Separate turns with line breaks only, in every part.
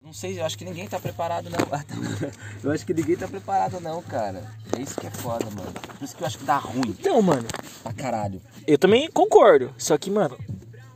Não sei, eu acho que ninguém tá preparado não. Ah, tá. Eu acho que ninguém tá preparado não, cara. É isso que é foda, mano. Por isso que eu acho que dá ruim
Então, mano,
pra caralho.
eu também concordo. Só que, mano,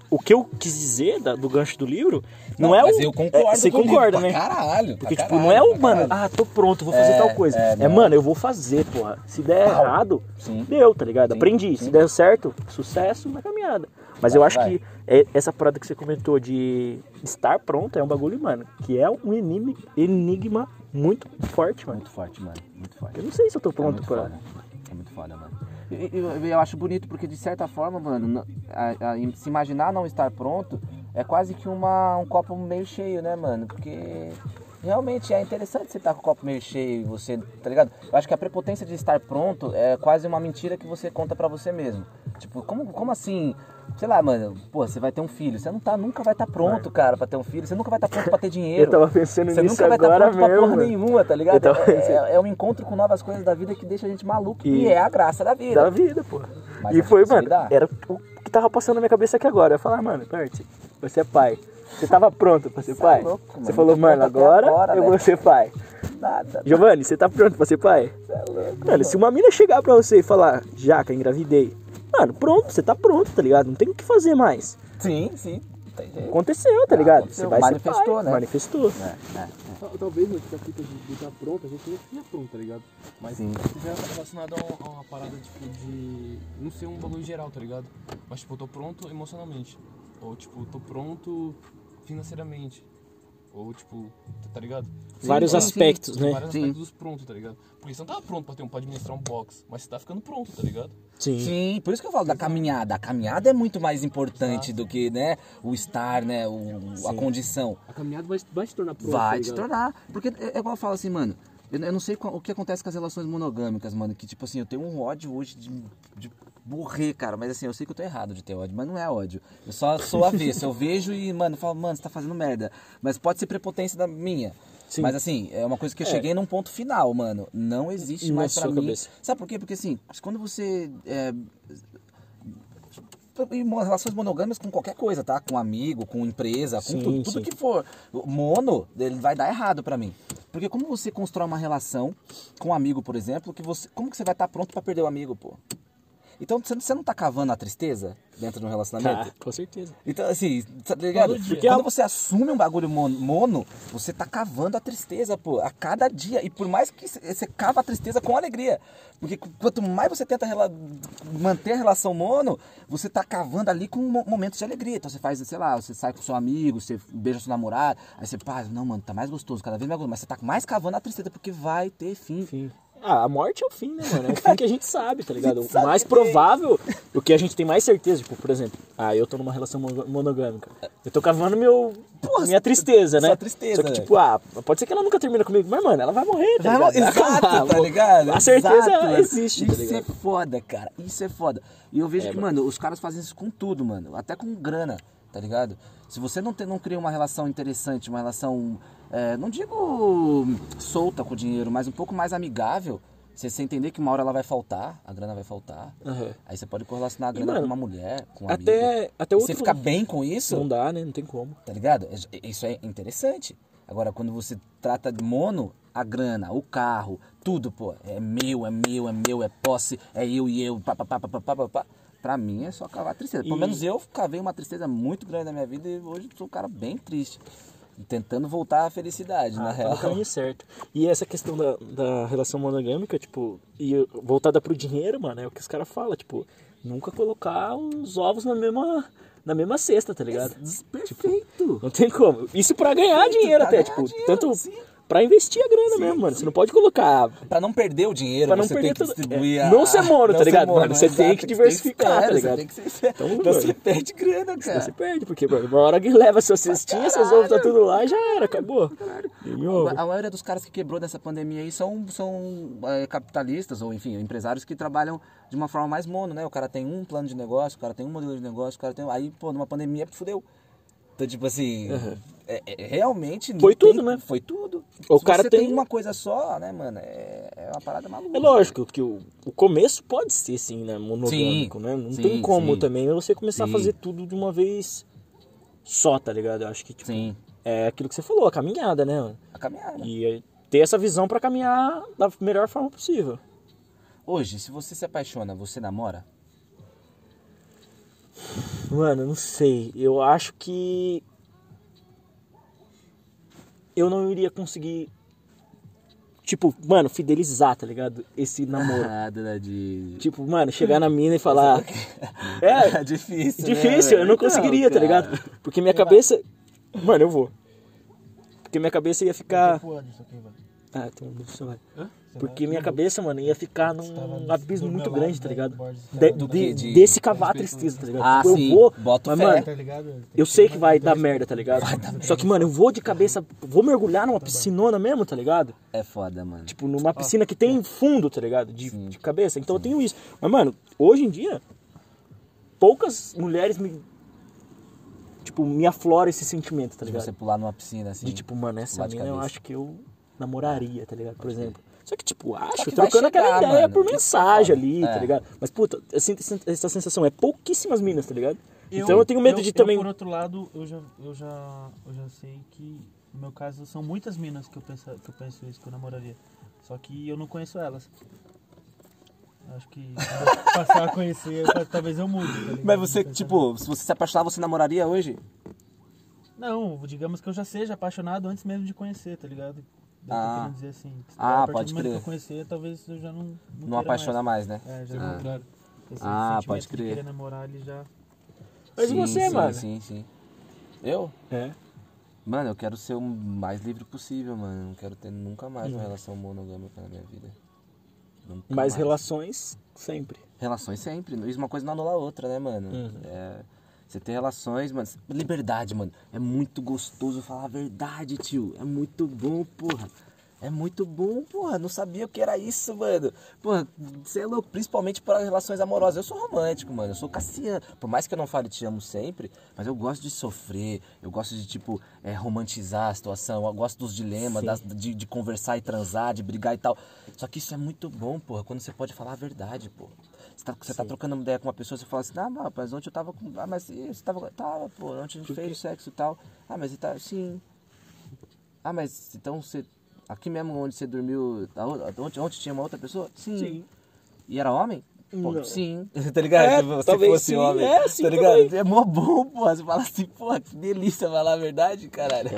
o que eu quis dizer da- do gancho do livro não, é o.
Mas eu concordo.
é, você
com o livro,
concorda,
pra
né?
Caralho.
Porque,
pra
tipo, não é
caralho,
o,
pra
mano,
caralho.
ah, tô pronto, vou fazer
É,
tal coisa.
é,
É,
não.
mano, eu vou fazer, porra. Se der
Pau.
errado,
Sim.
deu, tá ligado?
Sim,
Aprendi.
sim.
Se der certo, sucesso na caminhada. Mas
Vai,
eu acho
vai.
que é- essa parada que você comentou de estar pronto é um bagulho, mano, que é um enigma, enigma muito forte, mano.
Muito forte, mano. Muito forte.
Eu não sei se eu tô
É
pronto
muito
pra.
foda. É muito foda, mano. E- e- Eu, eu acho bonito porque, de certa forma, mano, na- a- a- im- se imaginar não estar pronto é quase que uma, um copo meio cheio, né, mano? Porque realmente é interessante você estar com o copo meio cheio, você, tá ligado? Eu acho que a prepotência de estar pronto é quase uma mentira que você conta pra você mesmo. Tipo, como, como assim? Sei lá, mano, pô, você vai ter um filho. Você não tá, nunca vai estar pronto, cara, pra ter um filho. Você nunca vai estar pronto pra ter dinheiro.
Eu tava pensando
Você
nisso
nunca vai estar
agora
pronto pra
mesmo.
porra
mano.
nenhuma, tá ligado?
Então,
É- é, é um encontro com novas coisas da vida que deixa a gente maluco. E,
E-
é a graça da vida.
da vida, pô.
Mas
E
acho
foi,
que isso
mano,
me dá.
era o que tava passando na minha cabeça aqui agora. Eu ia falar, mano, Bert, você é pai. Você tava pronto pra ser
Você é
pai?
louco, mano.
Você falou,
Tô
mano,
pronto até
agora,
agora,
eu vou
velho."
ser pai.
Nada.
Giovanni, você tá pronto pra ser pai?
Você é louco.
Mano, se uma mina chegar pra você e falar, Jaca, engravidei. Mano, pronto, você tá pronto, tá ligado? Não tem o que fazer mais.
Sim, sim. Tem jeito.
Aconteceu, tá
Ah,
ligado?
aconteceu.
Você vai ser
Manifestou,
pai.
né?
Manifestou.
É, é.
Tal- Talvez no que tá escrito de estar pronto, a gente não tinha pronto, tá ligado? Mas
Sim.
isso já tá relacionado a, um- a uma parada, tipo, de. Não ser um bagulho geral, tá ligado? Mas, tipo, eu tô pronto emocionalmente. Ou, tipo, tô pronto financeiramente. Ou, tipo, tá- tá ligado?
Vários
Sei lá,
aspectos, né?
Vários
Sim.
aspectos prontos, tá ligado? Porque você não tava pronto pra, ter um, pra administrar um box, mas você tá ficando pronto, tá ligado?
Sim.
Sim, por isso que eu falo da caminhada. A caminhada é muito mais importante do que, né, o estar, né, o, a condição.
A caminhada vai, vai te tornar tá pronto.
tá
Vai te tornar. Porque é é igual eu falo assim, mano. Eu eu não sei qual- o que acontece com as relações monogâmicas, mano. Que tipo assim, eu tenho um ódio hoje de, de morrer, cara. Mas assim, eu sei que eu tô errado de ter ódio, mas não é ódio. Eu só sou avesso. Eu vejo e, mano, falo, mano, você tá fazendo merda. Mas pode ser prepotência da minha.
Sim.
Mas assim, é uma coisa que eu cheguei num ponto final, mano. Não existe
Na
mais pra
sua
mim.
cabeça.
Sabe por quê? Porque assim, quando você é, em mo- relações monogâmicas com qualquer coisa, tá? Com amigo, com empresa, com
Sim,
tudo, tudo
sim.
que for. Mono, ele vai dar errado pra mim. Porque como você constrói uma relação com um amigo, por exemplo, que você, como que você vai estar pronto pra perder o amigo, pô? Então você você não tá cavando a tristeza dentro de um relacionamento?
Tá, com certeza.
Então, assim, tá ligado?
Todo dia.
Porque quando você assume um bagulho mon- mono, você tá cavando a tristeza, pô, a cada dia. E por mais que c- você cava a tristeza com alegria. Porque qu- quanto mais você tenta rela- manter a relação mono, você tá cavando ali com mo- momentos de alegria. Então você faz, sei lá, você sai com seu amigo, você beija seu namorado, aí você, pá, não, mano, tá mais gostoso, cada vez mais gostoso. Mas você tá mais cavando a tristeza, porque vai ter fim.
Enfim. Ah, a morte é o fim, né, mano? É o fim que a gente sabe, tá ligado?
sabe
o mais
que tem.
provável, o que a gente tem mais certeza, tipo, por exemplo, ah, eu tô numa relação mono- monogâmica. Eu tô cavando meu.
Porra,
minha tristeza, né?
sua tristeza,
Só que,
né?
tipo, ah, pode ser que ela nunca termina comigo, mas, mano, ela vai morrer, tá
Vai
ligado?
mo- Exato,
acabar,
tá
mano.
ligado?
A certeza
Exato, mano.
existe, tá
Isso
ligado?
é foda, cara. Isso é foda. E eu vejo
É,
que, mano, os caras fazem isso com tudo, mano. Até com grana, tá ligado? Se você não, tem, não cria uma relação interessante, uma relação, é, não digo solta com o dinheiro, mas um pouco mais amigável, você, você entender que uma hora ela vai faltar, a grana vai faltar.
Aham.
Aí você pode correlacionar a grana
mano,
com uma mulher, com um amigo.
Até, até
E
outro.
Você fica bem com isso?
Não dá, né? Não tem como.
Tá ligado? É- Isso é interessante. Agora, quando você trata de mono, a grana, o carro, tudo, pô, é meu, é meu, é meu, é posse, é eu e eu, pá, pá, pá, pá, pá, pá, pá, pá. Pra mim é só cavar tristeza. Pelo
E-
menos eu cavei uma tristeza muito grande na minha vida e hoje sou um cara bem triste. Tentando voltar à felicidade, na
Ah, tá
real.
no caminho certo. E essa questão da, da relação monogâmica, tipo, e voltada pro dinheiro, mano, é o que os caras falam, tipo, nunca colocar os ovos na mesma, na mesma cesta, tá ligado?
Perfeito!
Não tem como. Isso pra ganhar dinheiro
pra
até,
ganhar
tipo,
dinheiro,
tanto
sim.
pra investir a grana mesmo, mano. Você não pode colocar
Pra não perder o dinheiro,
tá. Pra não
você
perder
tem que
tudo.
distribuir
É,
a...
não ser mono,
Não
tá ligado?
mono,
Mano, você tem
exato,
que diversificar,
esperto,
tá ligado?
Você tem que ser esperto.
Então,
Então, você
mano.
perde grana, cara.
você perde, porque mano, uma hora que leva sua cestinha, seus ovos tá
É. caralho.
tudo lá, já era, acabou. E meu ovo.
A maioria dos caras que quebrou nessa pandemia aí são, são é, capitalistas ou, enfim, empresários que trabalham de uma forma mais mono, né? O cara tem um plano de negócio, o cara tem um modelo de negócio, o cara tem. Aí, pô, numa pandemia, fudeu. Então, tipo assim, é- é- realmente. não
Uhum. Foi
tem-
tudo, né?
Foi tudo.
O
Se
cara
você
tem-
uma coisa só, né, mano? É, é uma parada maluca.
É lógico que o, o começo pode ser, sim, né? Monogâmico,
Sim,
né? Não
sim,
tem como
sim.
também você começar
Sim.
a fazer tudo de uma vez só, tá ligado? Eu acho que, tipo,
Sim.
é aquilo que você falou, a caminhada, né? mano?
A caminhada.
E é ter essa visão pra caminhar da melhor forma possível.
Hoje, se você se apaixona, você namora?
Mano, eu não sei. Eu acho que. Eu não iria conseguir. Tipo, mano, fidelizar, tá ligado? Esse namoro.
Ah, dona de.
Tipo, mano, chegar na mina e falar. É,
difícil. né,
difícil, eu
velho?
não
Então,
conseguiria, tá
cara.
ligado? Porque minha cabeça. Mano, eu vou. Porque minha cabeça ia ficar.
Pro Anderson aqui, velho. tá
Ah, tem um dicionário.
Hã?
Porque minha cabeça, mano, ia ficar num abismo muito grande,
né?
tá ligado? De-
Do
de-
de-
desse cavar a tristeza, tá ligado?
Ah,
Tipo, eu
sim.
vou,
Bota
mas,
fé.
mano,
Tá ligado?
eu sei que vai dar merda, tá ligado? Só que, mano, eu vou de cabeça, vou mergulhar numa piscinona mesmo, tá ligado?
É foda, mano.
Tipo, numa piscina que tem fundo, tá ligado? De, de cabeça. Então eu tenho isso. Mas, mano, hoje em dia, poucas mulheres me. Tipo, me aflora esse sentimento, tá
de
ligado?
você pular numa piscina assim.
De tipo, mano, essa
Pular de
mina eu
cabeça.
acho que eu namoraria, tá ligado? Por exemplo. Só que, tipo, acho,
que vai
trocando aquela
chegar,
ideia
mano.
por
Isso que é
mensagem
foda.
ali, tá
É.
ligado? Mas, puta, eu sinto essa- essa sensação. É pouquíssimas minas, tá ligado?
Eu-
então eu tenho medo
eu-
de
eu,
também.
por outro lado, eu já, eu já, eu já sei que, no meu caso, são muitas minas que eu penso, que eu penso isso, que eu namoraria. Só que eu não conheço elas. Acho que quando eu passar a conhecer, eu- talvez eu mude. tá ligado?
Mas você,
Não sei
tipo, se você se apaixonar, você namoraria hoje?
se- Não, digamos que eu já seja apaixonado antes mesmo de conhecer, tá ligado? Eu tô
Ah.
querendo dizer assim.
Ah,
a partir
pode
do momento
crer.
que eu conhecer, talvez eu já não. Não,
Não
queira
apaixona
mais.
mais, né?
É, já
Pelo
Ah.
contrário.
esse
Ah,
sentimento
pode
de
crer.
querer namorar, ele já.
Mas e
Sim,
você,
sim,
mano?
Sim, sim. Eu?
É.
Mano, eu quero ser o mais livre possível, mano. Não quero ter nunca mais uma
Hum.
relação monogâmica na minha vida. Nunca
Mas relações sempre.
Relações sempre. Isso uma coisa não anula a outra, né, mano?
Uhum.
É, Você ter relações, mano. Liberdade, mano. É muito gostoso falar a verdade, tio. É muito bom, porra. É muito bom, porra. Não sabia o que era isso, mano. Porra, você é louco. Principalmente para relações amorosas. Eu sou romântico, mano. Eu sou cassiano. Por mais que eu não fale te amo sempre, mas eu gosto de sofrer. Eu gosto de, tipo, é, romantizar a situação. Eu gosto dos dilemas,
Sim.
das, de, de conversar e transar, de brigar e tal. Só que isso é muito bom, porra, quando você pode falar a verdade, porra. Você tá, você tá trocando uma ideia com uma pessoa, você fala assim, ah, não, mas ontem eu tava com. Ah, mas e, você tava. Tava, pô, ontem a gente fez sexo e tal. Ah, mas e tá. Sim. Ah, mas então você. Aqui mesmo onde você dormiu. a outra- Ontem, ontem tinha uma outra pessoa? Sim. E era homem? Pô,
Não.
Sim. tá ligado?
É,
Se
talvez
fosse
sim,
homem.
é, sim,
tá ligado?
também.
É mó bom, pô. Você fala assim, pô, que delícia falar a verdade, caralho.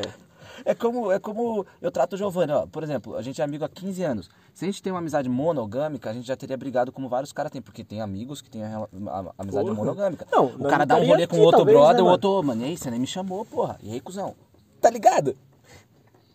É. como, é como eu trato o Giovanni, ó. Por exemplo, a gente é amigo há 15 anos. Se a gente tem uma amizade monogâmica, a gente já teria brigado como vários caras têm, porque tem amigos que têm a rela- a- a amizade
Porra.
monogâmica.
Não,
o
não
cara dá um
estaria
rolê com
aqui,
outro
talvez,
brother,
né,
o
mano?
outro, mano, e aí, você nem me chamou, porra. E aí, cuzão? Tá ligado?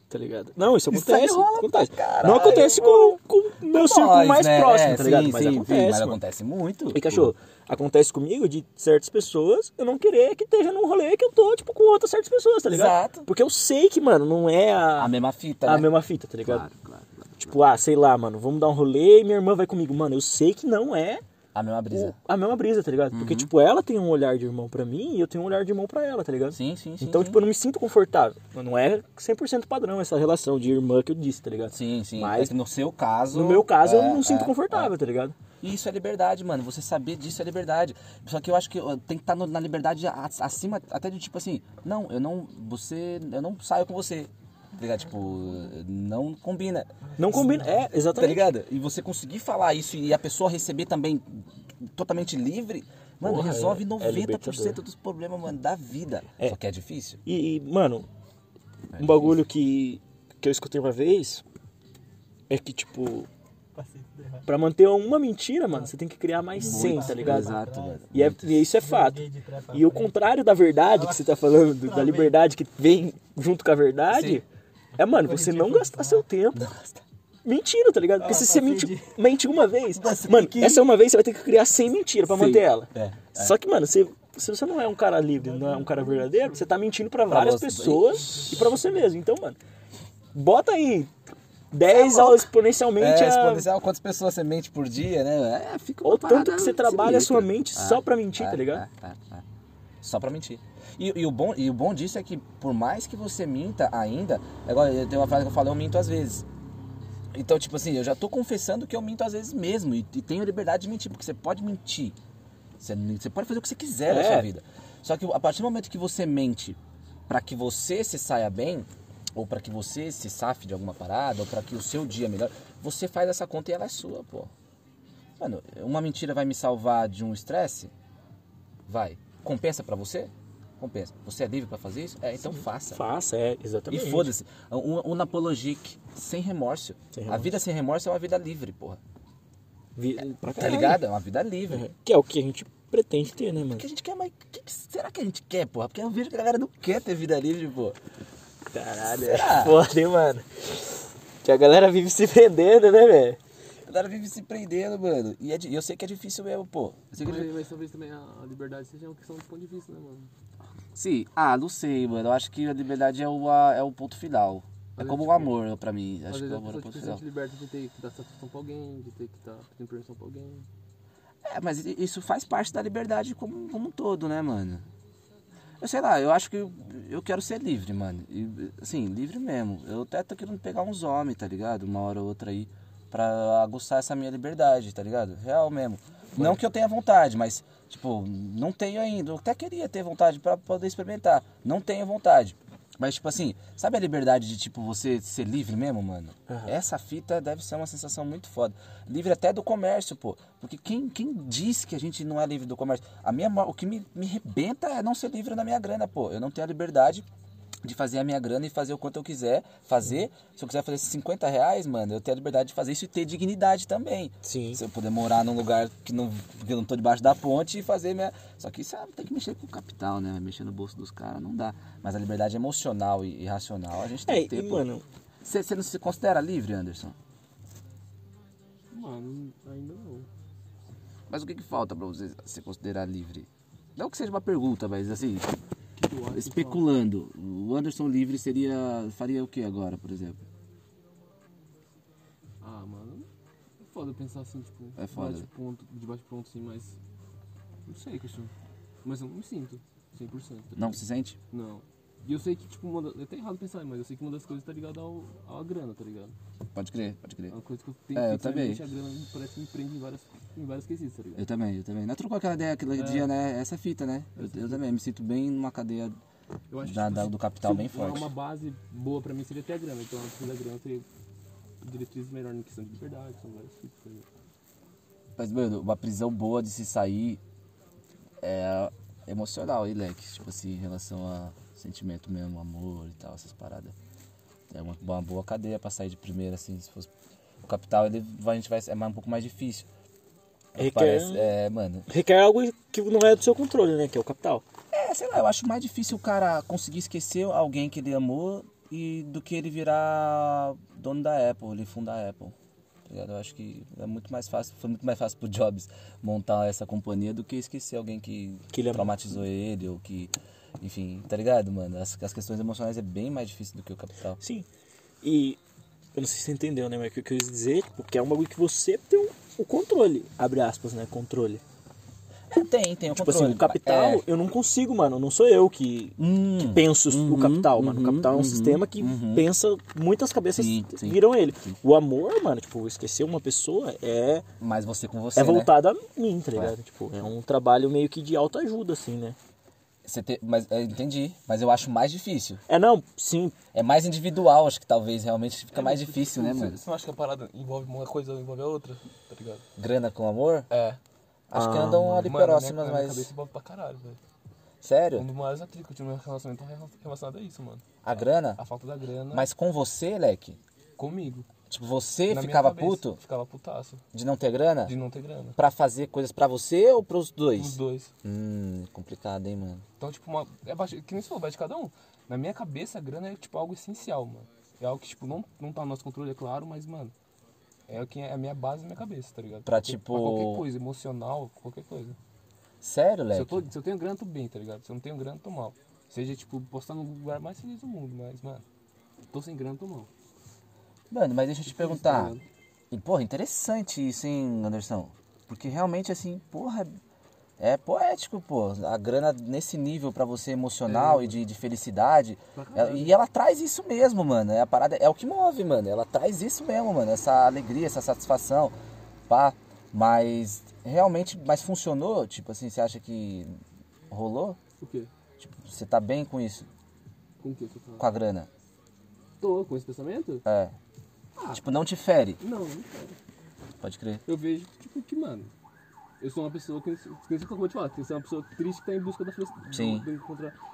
Tá ligado? Não, isso
Isso aí
acontece.
rola pra
acontece.
caralho,
não acontece com, com meu
Nós,
círculo mais
né?
próximo,
É,
tá ligado?
Sim,
mas
sim,
acontece.
sim, mas
mano.
acontece muito.
E cachorro, acontece comigo de certas pessoas eu não querer que esteja num rolê que eu tô, tipo, com outras certas pessoas, tá ligado?
Exato.
Porque eu sei que, mano, não é a,
A mesma fita,
a
né?
mesma fita, tá ligado?
Claro, claro, claro.
Tipo, ah, sei lá, mano, vamos dar um rolê e minha irmã vai comigo. Mano, eu sei que não é
A mesma
o-
brisa. Uhum.
a mesma brisa, tá ligado? Porque, tipo, ela tem um olhar de irmão pra mim e eu tenho um olhar de irmão pra ela, tá ligado?
Sim, sim, sim.
Então,
sim.
tipo, eu não me sinto confortável. Não é 100% padrão essa relação de irmã que eu disse, tá ligado?
Sim, sim.
Mas-
É que no seu caso.
No meu caso, eu
é,
não sinto
é,
confortável, tá ligado?
é. E isso é liberdade, mano. Você saber disso é liberdade. Só que eu acho que ó, tem que estar no- na liberdade a- acima, até de tipo assim, não, eu não. Você. Eu não saio com você. Tá ligado? Tipo, não combina.
Não combina. É,
Tá
exatamente.
ligado? E você conseguir falar isso e a pessoa receber também totalmente livre, mano,
Porra,
resolve
é- é
90%
libertador.
dos problemas, mano, da vida. Só que é difícil.
E, e, mano,
É
um bagulho que, que eu escutei uma vez é que, tipo,
Passei tudo errado.
pra manter uma mentira, mano, você tem que criar mais 100, tá ligado?
Exato, mano.
E, é- e isso é fato.
Joguei de trás pra
E o
frente.
contrário da verdade que você tá falando, do- da
Travei.
liberdade que vem junto com a verdade,
Sim.
é, mano, você não gastar seu tempo mentindo, tá ligado? Porque se você mente, mente uma vez, mano, essa uma vez você vai ter que criar 100 mentiras pra
Sim.
manter ela.
É, é.
Só que, mano, você, se você não é um cara livre, não é um cara verdadeiro, você tá mentindo pra várias
você.
pessoas e pra você mesmo. Então, mano, bota aí 10 ao exponencialmente
É,
a-
exponencial, quantas pessoas você mente por dia, né? É, fica uma
Ou tanto
parada
que você trabalha a sua
sinistra.
mente só pra mentir,
É,
tá ligado?
é, é, é. Só pra mentir. E, e o bom, e o bom disso é que, por mais que você minta ainda, agora tem uma frase que eu falo, eu minto às vezes. Então, tipo assim, eu já tô confessando que eu minto às vezes mesmo. E, e tenho liberdade de mentir, porque você pode mentir. Você, você pode fazer o que você quiser na
É.
sua vida. Só que a partir do momento que você mente para que você se saia bem, ou para que você se safe de alguma parada, ou para que o seu dia melhore, você faz essa conta e ela é sua, pô. Mano, uma mentira vai me salvar de um estresse? Vai. Compensa pra você? Compensa. Você é livre pra fazer isso? É, então faça.
Faça, é,
E
exatamente.
foda-se. Um, um Napologic sem remorso. A
Sem remorso.
vida sem remorso é uma vida livre, porra.
Vi- É, pra
Tá
caralho.
ligado? É uma vida livre.
É, Que é o que a gente pretende ter, né, mano?
O que a gente quer, mas o que, que será que a gente quer, porra? Porque eu vejo que a galera não quer ter vida livre, pô.
Caralho,
Será?
é foda, hein, mano? Que a galera vive se vendendo, né, velho?
A galera vive se prendendo, mano. E é di- eu sei que é difícil mesmo, pô. Eu sei que é
Mas,
di-
mas talvez também a a liberdade seja uma questão do ponto de vista, né, mano?
Sim, ah, não sei, mano. Eu acho que a liberdade é, o a- é o ponto final. É
Mas
como
é
o amor pra mim.
Às
Acho que
vezes
o
a
amor é o
pessoa tipo,
ponto
se
final.
sente liberta de ter que dar satisfação pra alguém, de ter que estar pedindo permissão pra alguém.
É, mas i- isso faz parte da liberdade como, como um todo, né, mano? Eu sei lá, eu acho que eu, eu quero ser livre, mano. E, assim, livre mesmo. Eu até tô querendo pegar uns homens, tá ligado? Uma hora ou outra aí. Pra aguçar essa minha liberdade, tá ligado? Real mesmo. Não que eu tenha vontade, mas, tipo, não tenho ainda. Eu até queria ter vontade pra poder experimentar. Não tenho vontade. Mas, tipo assim, sabe a liberdade de, tipo, você ser livre mesmo, mano? Essa fita deve ser uma sensação muito foda. Livre até do comércio, pô. Porque quem, quem diz que a gente não é livre do comércio? A minha, mo- o que me, me rebenta é não ser livre na minha grana, pô. Eu não tenho a liberdade de fazer a minha grana e fazer o quanto eu quiser fazer. Se eu quiser fazer 50 reais, mano, eu tenho a liberdade de fazer isso e ter dignidade também.
Sim.
Se eu puder morar num lugar que não, que eu não tô debaixo da ponte e fazer minha. Só que isso é- tem que mexer com o capital, né? Mexer no bolso dos caras não dá. Mas a liberdade emocional e, e racional a gente tem
É,
que ter.
e,
pô.
mano,
Você você não se considera livre, Anderson?
Mano, ainda não.
Mas o que, que falta pra você se considerar livre? Não que seja uma pergunta, mas assim,
O que eu acho que
especulando. O Anderson livre seria. faria o que agora, por exemplo?
falta- Ah, mano, é foda pensar assim, tipo,
É foda.
debaixo de ponto, debaixo de ponto assim, mas. Não sei, Cristiano. Mas eu não me sinto 100%. tá
Não
ligado?
se sente?
Não. E eu sei que, tipo, uma da... é até errado pensar, mas eu sei que uma das coisas tá ligada ao, à grana, tá ligado?
Pode crer, pode
É
crer.
uma coisa que eu tenho
É, eu
que pensar em
também. É
mente, a grana me parece que me prende em várias, em várias quesitos, tá ligado?
Eu também, eu também. Nós trocou aquela ideia aquele
É.
dia, né? Essa fita, né? Eu, eu também me sinto bem numa cadeia
Eu acho que,
da-
tipo,
da- do capital tá bem
Se uma-
forte.
Uma base boa pra mim seria ter a grana, então antes da grana eu teria diretrizes melhor em questão de liberdade, são várias fitas. tá ligado?
Mas, mano, uma prisão boa de se sair é emocional, hein, Leque? Tipo assim, em relação a sentimento mesmo, amor e tal, essas paradas. É uma, uma boa cadeia pra sair de primeira, assim, se fosse. O capital, ele vai, a gente vai. É mais, um pouco mais difícil.
Requer-
Parece, é, mano.
requer algo que não é do seu controle, né? Que é o capital.
É, sei lá, eu acho mais difícil o cara conseguir esquecer alguém que ele amou e do que ele virar dono da Apple, ele funda a Apple. tá ligado? Eu acho que é muito mais fácil, foi muito mais fácil pro Jobs montar essa companhia do que esquecer alguém que,
Que ele amou.
traumatizou ele ou que. Enfim, tá ligado, mano? As, as questões emocionais é bem mais difícil do que o capital.
Sim. E eu não sei se você entendeu, né? Mas o que eu quis dizer, tipo, que é um bagulho que você tem o o controle, abre aspas, né? Controle.
É, tem, tem o
Tipo
controle.
assim, o capital,
É.
eu não consigo, mano. Não sou eu que,
Hum,
que penso o capital, mano. O capital é um
uhum,
sistema que pensa, muitas cabeças
Sim, sim.
viram ele. O amor, mano, tipo, esquecer uma pessoa é,
mas você com você.
é
né?
voltado a mim, tá ligado? Tipo, é um trabalho meio que de autoajuda, assim, né?
Você tem- mas, é, entendi, mas eu acho mais difícil.
É, não, sim,
É mais individual, acho que talvez realmente fica mais difícil, né,
Você-
mano?
Você não acha que a parada envolve uma coisa ou envolve a outra, tá ligado?
Grana com amor?
É.
Acho que andam ali
Mano,
próximas,
minha, minha cabeça
assim, mas. É.
envolve pra caralho, velho. Um
Sério?
dos maiores atritos que eu tive no meu relacionamento é relacionado a isso, mano.
A grana?
A falta da grana
Mas com você, Leque?
comigo.
Tipo, você
Na minha
ficava
cabeça,
puto
Ficava putaço.
de não ter grana?
De não ter grana.
Pra fazer coisas pra você ou pros dois?
Os dois.
Hum, complicado, hein, mano?
Então, tipo, uma. É baixo, que nem você falou, vai de cada um. Na minha cabeça, a grana é, tipo, algo essencial, mano. É algo que, tipo, não, não tá no nosso controle, é claro, mas, mano. É o que é a minha base na minha cabeça, tá ligado?
Pra,
Qualquer-
tipo-
qualquer coisa, emocional, qualquer coisa.
Sério,
Se
Leque?
eu, tô, se eu tenho grana, eu tô bem, tá ligado? Se eu não tenho grana, eu tô mal. Seja, tipo, posso estar no lugar mais feliz do mundo, mas, mano, tô sem grana, tô mal.
Mano, mas deixa eu te
tá
perguntar.
ligado?
E, porra, interessante isso, hein, Anderson? Porque realmente, assim, porra, é poético, pô. A grana nesse nível pra você
É.
emocional e de, de felicidade. Ela- e ela traz isso mesmo, mano. É a parada, é o que move, mano. Ela traz isso mesmo, mano. Essa alegria, essa satisfação. Pá. Mas realmente, mas funcionou? Tipo assim, você acha que rolou?
O quê?
Tipo, você tá bem com isso?
Com o que que eu falo?
com a grana.
Tô com esse pensamento?
É.
Ah.
Tipo, não te fere.
Não, não quero.
Pode crer.
Eu vejo, tipo, que, mano. Eu sou uma pessoa que. que eu acabou de falar, que eu sou uma pessoa triste que tá em busca da felicidade.
Sim.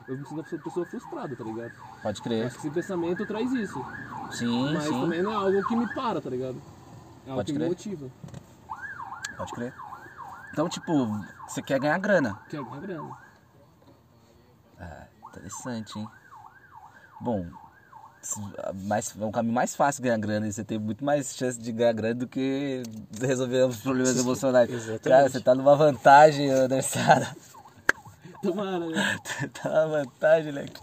Eu me sinto uma pessoa- pessoa frustrada, tá ligado?
Pode
Eu
crer.
acho que esse pensamento traz isso.
É. Sim,
Mas
sim.
também não é algo que me para, tá ligado? É algo
Pode
que me
crer.
motiva.
Pode crer. Então, tipo, você quer ganhar grana.
Que é ganhar grana.
Interessante, hein? Bom, s- mais, é um caminho mais fácil ganhar grana. e Você tem muito mais chance de ganhar grana do que resolver os problemas emocionais.
Exatamente.
Cara, você tá numa vantagem, Andersada.
Tomara, né?
Você tá numa vantagem, Leque.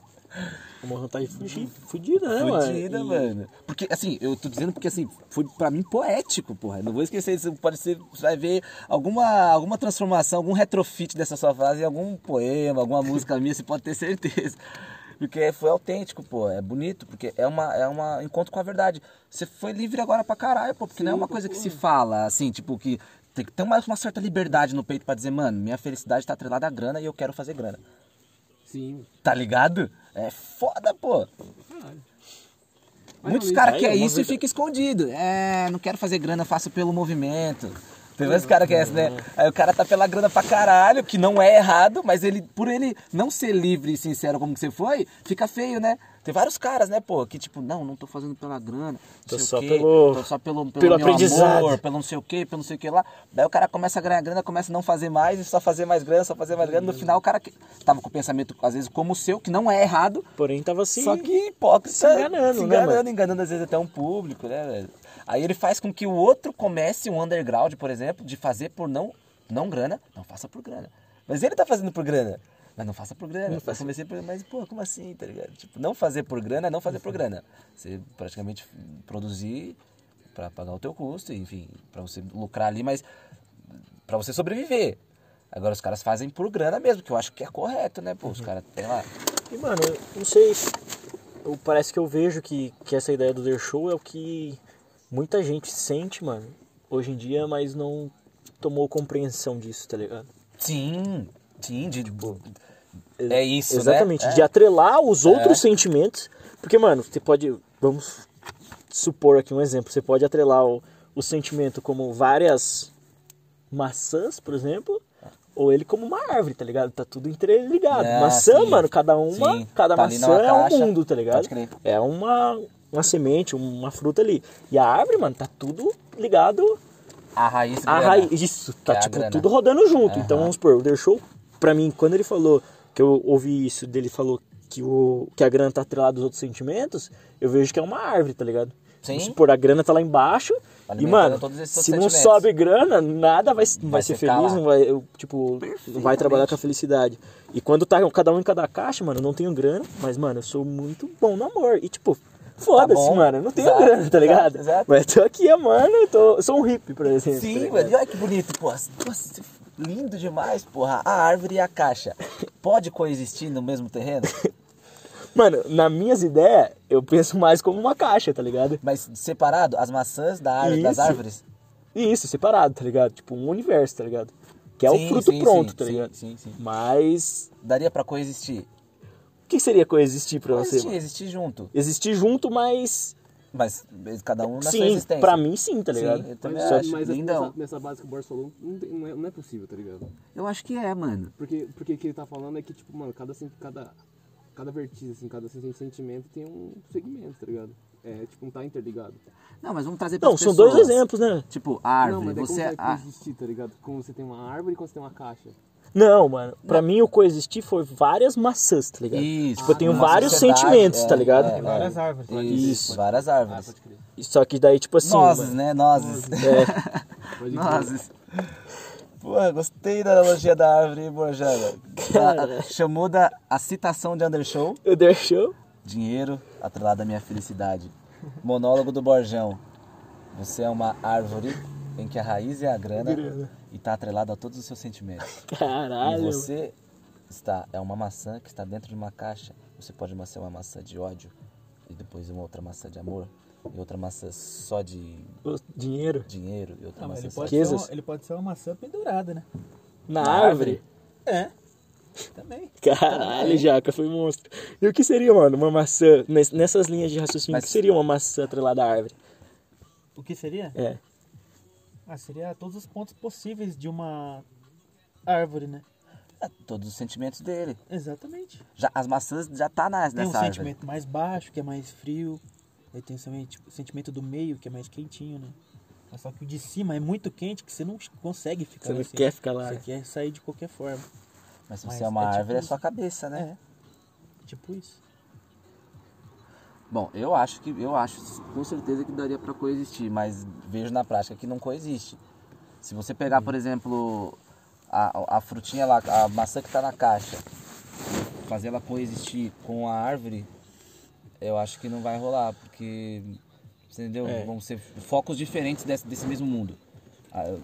Uma vantagem fudi- fudida, né, mano?
Fudida,
E-
mano. Porque, assim, eu tô dizendo porque, assim, foi pra mim poético, porra. Eu Não vou esquecer disso. Pode ser, você vai ver alguma, alguma transformação, algum retrofit dessa sua frase em algum poema, alguma música minha, você pode ter certeza. Porque foi autêntico, pô. É bonito, porque é uma, é uma encontro com a verdade. Você foi livre agora pra caralho, pô. Porque não é uma coisa que se fala, assim, tipo, que tem que ter uma, uma certa liberdade no peito pra dizer, mano, minha felicidade tá atrelada à grana e eu quero fazer grana.
Sim,
Tá ligado? É foda, pô.
caralho. Mas
Muitos
não,
caras
aí é
querem
uma
isso e
verdade.
fica escondido. É, não quero fazer grana, faço pelo movimento. Tem vários caras que é essa, né? Aí o cara tá pela grana pra caralho, que não é errado, mas ele, por ele não ser livre e sincero como que você foi, fica feio, né? Tem vários caras, né, pô, que tipo, não, não tô fazendo pela grana, não
Tô
sei o
só
quê,
pelo-
tô só pelo, pelo,
pelo
meu
aprendizado.
amor, pelo não sei o quê, pelo não sei o que lá. Daí o cara começa a ganhar grana, começa a não fazer mais e só fazer mais grana, só fazer mais grana.
Uhum.
No final o cara que tava com o pensamento, às vezes, como o seu, que não é errado,
Porém, tava assim.
só que hipócrita.
se enganando,
se
né,
enganando,
mano?
enganando às vezes até um público, né, velho? Aí ele faz com que o outro comece um underground, por exemplo, de fazer por não, não grana, não faça por grana. Mas ele tá fazendo por grana. Mas não faça por grana. Eu comecei por. Mas, pô, como assim, tá ligado? Tipo, não fazer por grana é não fazer por grana. Você praticamente produzir pra pagar o teu custo, enfim, pra você lucrar ali, mas pra você sobreviver. Agora os caras fazem por grana mesmo, que eu acho que é correto, né, pô?
Uhum.
Os caras, sei lá.
E, mano, eu não sei. eu- parece que eu vejo que, que essa ideia do The Show é o que muita gente sente, mano, hoje em dia, mas não tomou compreensão disso, tá ligado?
Sim, sim, de, é isso,
Exatamente.
né?
De atrelar os outros sentimentos. Porque, mano, você pode. Vamos supor aqui um exemplo. Você pode atrelar o, o sentimento como várias maçãs, por exemplo. Ou ele como uma árvore, tá ligado? Tá tudo entreligado.
Ah,
maçã,
sim.
mano, cada uma,
Sim.
cada
Tá ali
maçã
numa
é um
caixa.
mundo, tá ligado?
Pode crer.
É uma, uma semente, uma fruta ali. E a árvore, mano, tá tudo ligado
A raiz
a
grana.
raiz, isso, tá
Que é a
tipo
grana.
tudo rodando junto.
Aham.
Então vamos supor, o The Show, pra mim, quando ele falou, que eu ouvi isso dele, falou que, o, que a grana tá atrelada aos outros sentimentos, eu vejo que é uma árvore, tá ligado?
Sim.
Vamos supor, a grana tá lá embaixo, e
Alimentando
mano,
todos esses
se não
sentimentos.
sobe grana, nada vai, vai,
Vai
ser
ficar
feliz,
lá.
não vai, eu, tipo, não vai trabalhar com a felicidade. E quando tá cada um em cada caixa, mano, eu não tenho grana, mas mano, eu sou muito bom no amor. E tipo, foda-se,
Tá bom.
mano, eu não tenho
Exato,
grana, tá
exato,
ligado?
exato.
Mas tô aqui amando, eu tô, eu sou um hippie, por exemplo. tá
Sim,
ligado?
velho. E olha que bonito, pô. Nossa, lindo demais, porra. A árvore e a caixa. Pode coexistir no mesmo terreno?
Mano, nas minhas ideias, eu penso mais como uma caixa, tá ligado?
Mas separado, as maçãs da árvore, das
Isso.
árvores?
E isso, separado, tá ligado? Tipo, um universo, tá ligado? Que é
Sim,
o fruto
sim,
pronto,
sim,
tá
sim,
ligado?
sim, sim.
Mas.
Daria pra coexistir?
O que seria coexistir pra você?
Coexistir,
mano?
existir junto.
Existir junto, mas.
Mas cada um na sua
sim,
existência.
pra mim sim, tá
Sim,
ligado?
eu também
Só
acho.
que-
Mas
Mas
lindão.
nessa, nessa base que o Boris falou, não, tem- não é, não é possível, tá ligado?
Eu acho que é, mano.
Porque, porque o que ele tá falando é que, tipo, mano, cada, sen- cada, cada vertiz, assim, cada sen- sentimento tem um segmento, tá ligado? É, tipo, não tá interligado.
Não, mas vamos trazer
Não, são dois exemplos, Tipo, né?
Tipo,
não, mas é daí como vai
ah,
coexistir, tá ligado? Como você tem uma árvore e quando você tem uma caixa.
Não, mano. Pra mim, o coexistir foi várias maçãs, tá ligado?
Isso.
Tipo, eu tenho
Uma
vários
sociedade,
sentimentos,
é,
tá ligado?
é,
Várias árvores. pode dizer.
Isso, várias
Ah,
árvores.
pode crer.
Só que daí, tipo assim.
Nozes,
mano,
né? Nozes.
Pode crer.
Nozes. Porra, gostei da analogia da árvore, hein, Borjana. A- a- Chamou da a citação de Undershow.
Eu deixo.
Dinheiro atrelado à minha felicidade. Monólogo do Borjão. Você é uma árvore em que a raiz é a grana, e está atrelado a todos os seus sentimentos.
Caralho.
E você está é uma maçã que está dentro de uma caixa. Você pode ser uma maçã de ódio e depois uma outra maçã de amor e outra maçã só de
mano. O dinheiro.
dinheiro e outra
Não, mas
maçã
ele
só de
pode, ser
Riquezas.
uma, ele pode ser uma maçã pendurada, né?
Na
Na
árvore.
árvore?
É.
Também.
Caralho, Jaca, foi monstro. E o que seria, mano, uma maçã, nes- nessas linhas de raciocínio, o
Mas-
que seria uma maçã atrelada à árvore?
O que seria?
É.
Ah, seria todos os pontos possíveis de uma árvore, né?
É, Todos os sentimentos dele.
Exatamente.
Já, as maçãs já tá nas,
Tem um
nessa árvore.
sentimento mais baixo, que é mais frio. Aí tem também tipo, o sentimento do meio, que é mais quentinho, né? Mas Só que o de cima é muito quente que você não consegue ficar
Você
lá
não
em cima.
quer ficar lá.
Você quer sair de qualquer forma.
Mas se
Mas
você é uma
é tipo
árvore, é
isso. É.
só a cabeça, né?
Tipo isso.
Bom, eu acho que eu acho com certeza que daria pra coexistir, mas vejo na prática que não coexiste. Se você pegar, por exemplo, a, a frutinha lá, a maçã que tá na caixa, fazer ela coexistir com a árvore, eu acho que não vai rolar, porque você entendeu?
É.
Vão ser focos diferentes desse, desse mesmo mundo. Ah,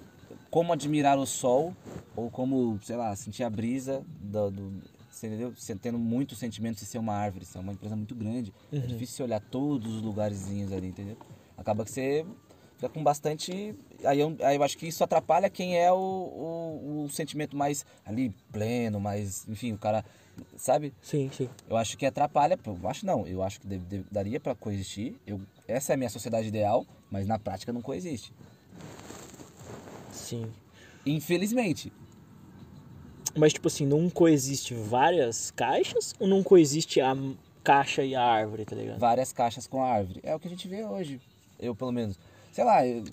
Como admirar o sol ou como, sei lá, sentir a brisa do, do você entendeu? Você tendo muito sentimento de ser uma árvore, você é uma empresa muito grande. É difícil você olhar todos os lugarzinhos ali, entendeu? Acaba que você fica com bastante. Aí eu, aí eu acho que isso atrapalha quem é o, o, o sentimento mais ali pleno, mais. Enfim, o cara. Sabe?
Sim, sim.
Eu acho que atrapalha, pô, eu acho não, eu acho que deve- deve- daria pra coexistir. Eu, essa é a minha sociedade ideal, mas na prática não coexiste.
Sim.
Infelizmente.
Mas, tipo assim, não coexiste várias caixas ou não coexiste a m- caixa e a árvore, tá ligado?
Várias caixas com a árvore. É o que a gente vê hoje. Eu, pelo menos. Sei lá, eu-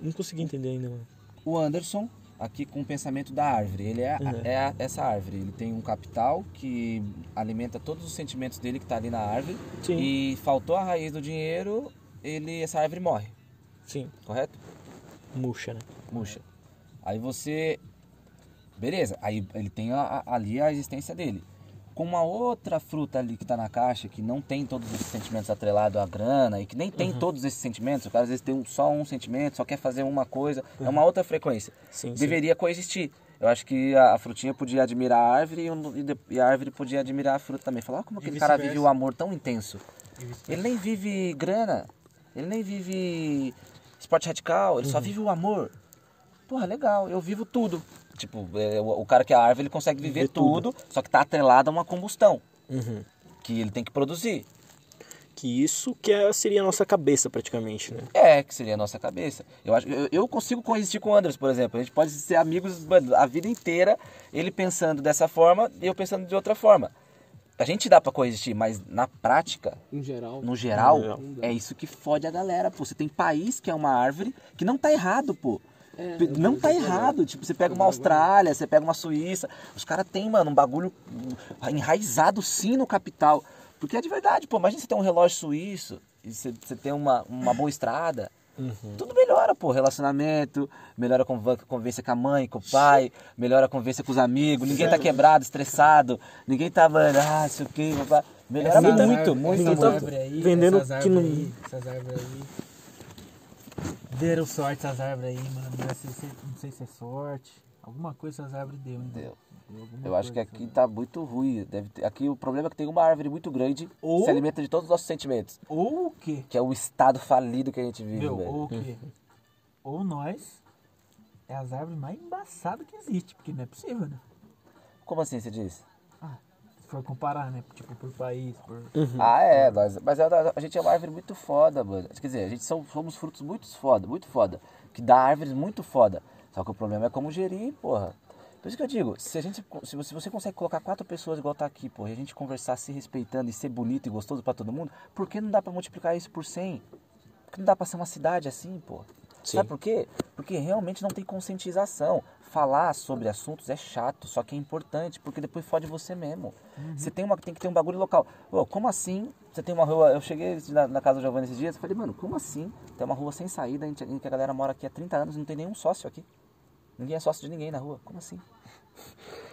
Não consegui entender ainda, mano.
o Anderson, aqui com o pensamento da árvore. Ele é, a-
Uhum.
é a- essa árvore. Ele tem um capital que alimenta todos os sentimentos dele que tá ali na árvore.
Sim.
E faltou a raiz do dinheiro, ele essa árvore morre,
Sim.
correto?
Murcha, né?
murcha. Aí você. Beleza, aí ele tem a- a- ali a existência dele. Com uma outra fruta ali que tá na caixa, que não tem todos esses sentimentos atrelados à grana, e que nem
Uhum.
tem todos esses sentimentos, o cara às vezes tem um- só um sentimento, só quer fazer uma coisa, é uma outra frequência.
Uhum. Sim, sim.
Deveria coexistir. Eu acho que a, a frutinha podia admirar a árvore e, o- e de- e a árvore podia admirar a fruta também. Falar "Ó, como aquele cara vive o amor tão intenso. Ele nem vive grana, ele nem vive esporte radical, ele só
Uhum.
vive o amor. Porra, legal, eu vivo tudo. Tipo, é, o, o cara que é a árvore, ele consegue viver tudo, só que tá atrelado a uma combustão,
Uhum.
que ele tem que produzir.
Que isso que é- seria a nossa cabeça, praticamente, né?
É, que seria a nossa cabeça. Eu, acho, eu, eu consigo coexistir com o Andres, por exemplo. A gente pode ser amigos mano, a vida inteira, ele pensando dessa forma e eu pensando de outra forma. A gente dá pra coexistir, mas na prática,
Em geral.
no geral,
No geral.
é isso que fode a galera, pô. Você tem país que é uma árvore que não tá errado, pô.
É,
Pe-
eu
não
tô
tá
entendendo.
errado. Tipo, você pega uma
Agora-
Austrália, você pega uma Suíça. Os caras têm, mano, um bagulho enraizado sim no capital. Porque é de verdade, pô. Imagina você ter um relógio suíço e você, você tem uma, uma boa estrada.
Uhum.
Tudo melhora, pô. Relacionamento, melhora a conv- convivência com a mãe, com o pai, melhora a convivência com os amigos. Ninguém tá quebrado, estressado. Ninguém tá, mano, ah, sei o quê, blá, blá. Melhora
Essa
muito,
árvore-
muito,
essa
muito.
árvore- vendendo que não-
aí, essas árvores aí.
Deram sorte essas árvores aí, mano. Não sei se, não sei se é sorte. Alguma coisa essas árvores deu, hein?
Deu.
alguma
Eu acho que
coisa,
aqui
né?
tá muito ruim. Deve ter- aqui o problema é que tem uma árvore muito grande que
Ou-
se alimenta de todos os nossos sentimentos.
Ou o quê?
Que é o estado falido que a gente vive,
Meu,
velho.
ou o quê? Ou nós é as árvores mais embaçadas que existe, porque não é possível, né?
Como assim você diz?
Ah, se for comparar, né? Tipo, por país, por...
Ah, é, nós, mas é- a gente é uma árvore muito foda, mano. Quer dizer, a gente são, somos frutos muito foda, muito foda. Que dá árvores muito foda. Só que o problema é como gerir, porra. Por isso que eu digo, se, a gente, se você- se você consegue colocar quatro pessoas igual tá aqui, porra, e a gente conversar se respeitando e ser bonito e gostoso pra todo mundo, por que não dá pra multiplicar isso por 100? Por que não dá pra ser uma cidade assim, porra?
Sim.
Sabe por quê? Porque realmente não tem conscientização. Falar sobre assuntos é chato, só que é importante, porque depois fode você mesmo.
Uhum.
Você tem, uma, tem que ter um bagulho local. Ô, como assim? Você tem uma rua. Eu cheguei na, na casa do Giovanni esses dias e falei, mano, como assim? Tem uma rua sem saída em que em que a galera mora aqui há 30 anos e não tem nenhum sócio aqui. Ninguém é sócio de ninguém na rua. Como assim?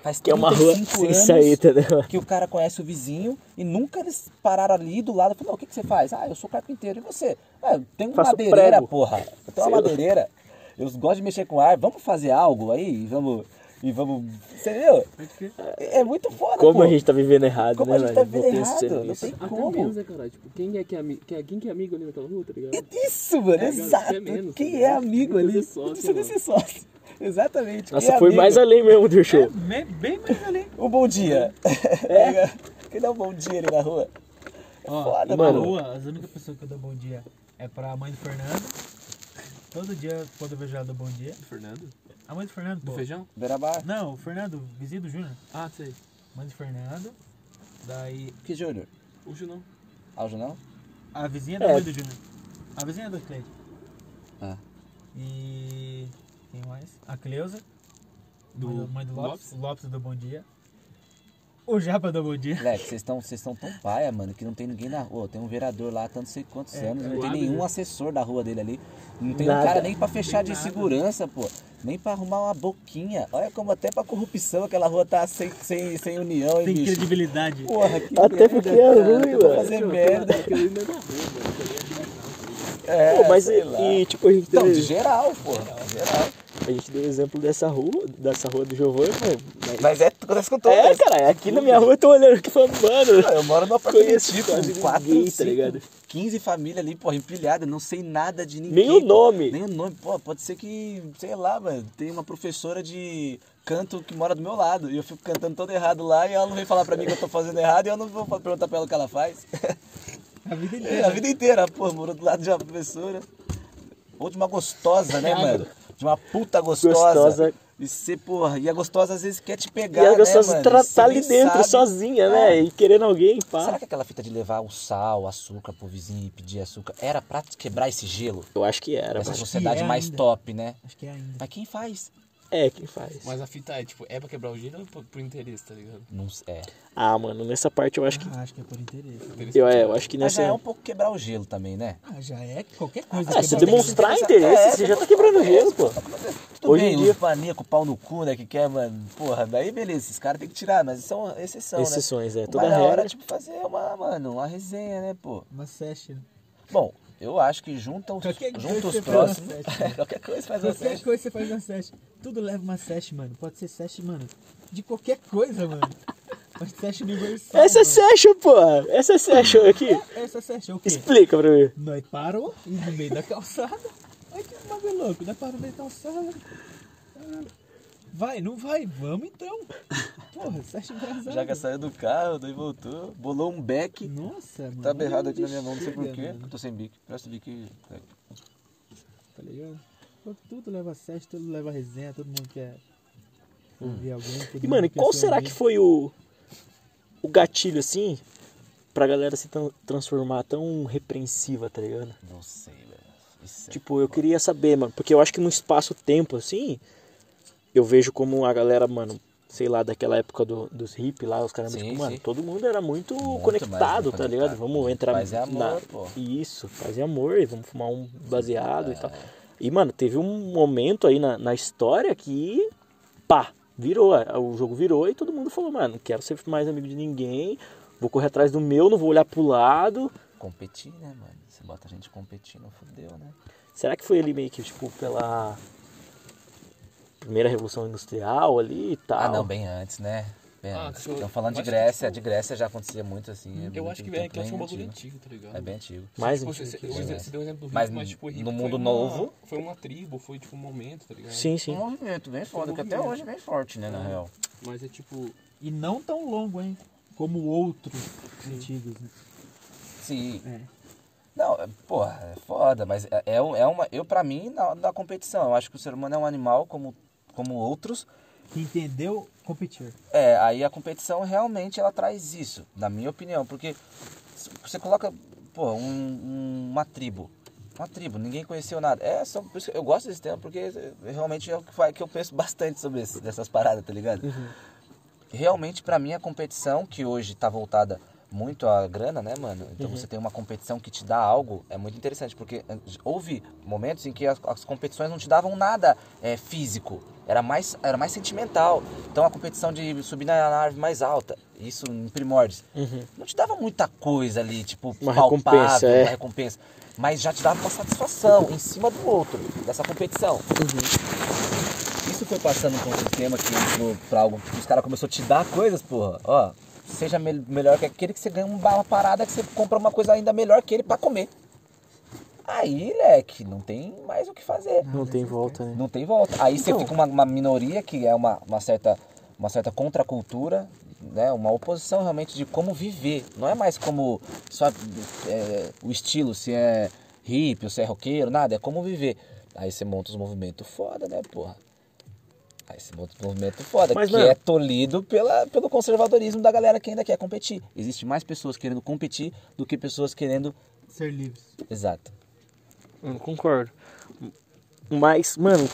Faz
Que é uma rua
35
sem
anos
saída, né? mano?
que o cara conhece o vizinho e nunca eles pararam ali do lado e falaram, "Não, o que, que você faz? Ah, eu sou carpinteiro. E você? Ah, eu tenho uma
Faço
madeireira,
prego."
porra. Eu tenho uma madeireira. Eu gosto de mexer com ar. Vamos fazer algo aí? E vamos... E vamos... Você entendeu? É muito foda,
Como
pô.
a gente tá vivendo errado,
Como
né,
a gente tá
velho?
vivendo
Voltei
errado.
sendo
Não
isso.
tem
Até
como.
menos, né, cara? Tipo, quem é que é amigo. Quem que é amigo ali naquela rua, tá ligado?
É isso, mano.
É, cara,
exato.
isso é menos,
Quem
tá
é
ligado?
amigo
Não
ali?
precisa ser sócio, né?
Não precisa
mano.
ser sócio. Exatamente.
Nossa,
quem é
foi
amigo?
mais além mesmo do show.
É Me- Bem mais além.
Um bom dia. É. Quem dá um bom dia ali na rua?
Ó,
Foda,
na
mano.
rua, as únicas pessoas que eu dou bom dia é pra mãe do Fernando. Todo dia, quando eu vejo ela, eu dou bom dia.
Do Fernando?
A mãe do Fernando,
Do
pô.
feijão?
Beirabar.
Não, o Fernando, vizinho do Júnior.
Ah, sei.
Mãe do Fernando. Daí,
Que Júnior?
Hoje não.
Aljo não?
a vizinha da
É.
mãe do Júnior. A vizinha do Cleide.
Ah.
E... Quem mais? A Cleusa.
Do
mãe do, mãe do
do
Lopes.
Lopes?
O Lopes do Bom Dia. O Japa do Bom Dia.
Moleque, vocês estão vocês tão tão paia, mano, que não tem ninguém na rua. Tem um vereador lá, tanto sei quantos
É,
anos, não
do
tem
lado,
nenhum
né?
assessor da rua dele ali. Não tem um
Nada.
cara nem pra fechar de
Tem nada.
segurança, pô. Nem pra arrumar uma boquinha. Olha como até pra corrupção aquela rua tá sem, sem, sem união, hein,
Tem
bicho?
credibilidade.
Porra, que
Até
merda,
porque é
cara.
ruim,
Vou
mano.
Fazer merda.
é
É,
Pô, mas
sei
e,
lá.
e, tipo, a gente, deu,
Então, de geral, pô. Geral.
a gente deu exemplo dessa rua, dessa rua do Giovanni, mano. Mas-
Mas é, acontece com todas.
É, cara, aqui na minha rua um eu tô olhando aqui falando, mano.
Eu moro numa
Conheço
apartamento
quase
com quatro,
ninguém, tá
cinco,
ligado?
15 famílias ali, porra, empilhada, não sei nada de ninguém.
Nem o
pô.
nome.
Nem o nome, pô, pode ser que, sei lá, mano, tem uma professora de canto que mora do meu lado e eu fico cantando todo errado lá e ela não vem falar pra mim que eu tô fazendo errado e eu não vou fa- perguntar pra ela o que ela faz.
A
É,
vida
a
inteira.
vida inteira, pô, morou do lado de uma professora. Ou de uma gostosa, né, mano? De uma puta gostosa.
Gostosa.
E você, porra, e a gostosa às vezes quer te pegar,
E a
né,
pessoa
mano?
se
E
tratar
você
ali
nem
dentro
sabe. É.
sozinha, né? E querendo alguém,
Será
pá.
que aquela fita de levar o sal, açúcar pro vizinho e pedir açúcar era pra quebrar esse gelo?
Eu acho que era,
Essa
mano.
sociedade
é
mais
ainda.
top, né?
Acho que é ainda.
Mas quem faz?
É, quem faz.
Mas a fita é, tipo, é pra quebrar o gelo ou por, por interesse, tá ligado?
Não s- é.
Ah, mano, nessa parte eu acho que.
Ah, acho que é por interesse.
Eu, é, eu acho que
Mas já é
nessa.
um pouco quebrar o gelo também, né?
Ah, já é qualquer coisa.
Ah,
que
se
eu-
demonstrar
tem que-
interesse,
é,
você
tem
já tá quebrando gelo, pô.
Tudo
Hoje
bem,
em dia-
os maníacos, pau no cu, né, que quer, mano, porra, daí beleza, esses caras tem que tirar, mas são exceção,
Exceções,
né?
é.
Mas
Toda
na
regra.
hora, tipo, fazer uma, mano, uma resenha, né, pô.
Uma session.
Bom, eu acho que junta os,
Qualquer coisa
junta os
você faz
próximos,
uma session.
qualquer coisa faz uma
Qualquer
session.
coisa você faz uma session. Tudo leva uma session, mano. Pode ser session, mano. De qualquer coisa, mano. Pode ser session universal.
Essa é
mano.
session, pô! Essa é session aqui.
Essa session é o quê?
Explica pra mim.
Nós parou e no meio da calçada. Olha que bagulho louco. Nós parou no meio da calçada. Ah, Vai, não vai? Vamos então. Porra, session engraçado.
Já que saiu do carro, daí voltou, bolou um beck.
Nossa, mano.
Tá berrado
olha
aqui na
onde
minha mão, não sei
chega,
porquê.
mano.
Eu tô sem bico. Presta o bico e.
Tá ligado? Pô, Tudo leva session, tudo leva resenha, todo mundo quer
Hum.
ouvir alguém. todo
E, mano,
mundo quer
qual
ser
será
ouvido.
que foi o, o gatilho, assim, pra galera se tran- transformar tão repreensiva, tá ligado?
Não sei, velho. Isso é-
Tipo, eu queria saber, mano, porque eu acho que num espaço-tempo, assim, eu vejo como a galera, mano, sei lá, daquela época do- dos hip lá, os caras,
Sim,
tipo, mano,
sim.
todo mundo era muito,
mais
conectado, tá
conectado.
ligado? Vamos entrar
Paz e amor,
na...
pô.
Isso, paz e amor, e vamos fumar um baseado e
É.
tal. E, mano, teve um momento aí na, na história que, pá, virou, a- o jogo virou e todo mundo falou, mano, não quero ser mais amigo de ninguém, vou correr atrás do meu, não vou olhar pro lado.
Competir, né, mano? Você bota a gente competindo, fudeu, né?
Será que foi ali meio que, tipo, pela primeira revolução industrial ali e tal?
Ah, não, bem antes, né? Bem
Ah,
antes.
que eu-
Estão falando de
eu acho que,
Grécia.
tipo,
De Grécia já acontecia muito assim. é
Eu
muito
acho que
do
é
tempo
que eu acho que é um
bem
bagulho
antigo.
antigo, tá ligado?
É bem antigo.
Mais
Tipo,
antigo
você,
que
você-
isso.
né?
você deu um exemplo do Rio,
Mas
mas, tipo, o Rio
no
foi
mundo
uma-
novo-
Foi uma tribo, foi tipo um momento, tá ligado?
Sim,
É
sim.
um movimento bem foda, que até
movimento.
hoje é bem forte, né, na real.
Mas é tipo.
E não tão longo, hein? Como outros antigos. né?
Sim.
É.
Uhum.
Não, é- porra, é foda, mas é, é um- é uma. Eu, pra mim, na, na competição, eu acho que o ser humano é um animal como, como outros,
Que entendeu competir.
É, aí a competição realmente ela traz isso, na minha opinião, porque se você coloca, pô, um- um- uma tribo, uma tribo, ninguém conheceu nada. É, só, por isso que eu gosto desse tema porque realmente é o que, faz, que eu penso bastante sobre esse- dessas paradas, tá ligado? Realmente pra mim a competição que hoje tá voltada muito à grana, né, mano? Então
Uhum.
você tem uma competição que te dá algo, é muito interessante, porque eh, houve momentos em que as, as competições não te davam nada eh, físico, era mais, era mais sentimental. Então a competição de subir na, na árvore mais alta, isso em primórdios, não te dava muita coisa ali, tipo,
Uhum. Uma
palpável,
recompensa, é.
uma recompensa, mas já te dava uma satisfação em cima do outro, dessa competição. Isso foi passando com um sistema que entrou pra algo que os caras começaram a te dar coisas, porra. Ó, seja mel- melhor que aquele que você ganha uma barra parada que você compra uma coisa ainda melhor que ele pra comer. Aí, leque, não tem mais o que fazer.
Não tem volta, né?
Não tem volta. Aí você
Então.
fica uma, uma minoria que é uma, uma certa, uma certa contracultura, né? uma oposição realmente de como viver. Não é mais como só é, o estilo, se é hippie, ou se é roqueiro, nada. É como viver. Aí você monta os movimentos foda, né, porra? Aí você monta os movimentos foda, que
Mas, mano-
é tolhido pela, pelo conservadorismo da galera que ainda quer competir. Existe mais pessoas querendo competir do que pessoas querendo...
Ser livres.
Exato.
Hum, concordo. Mas, mano,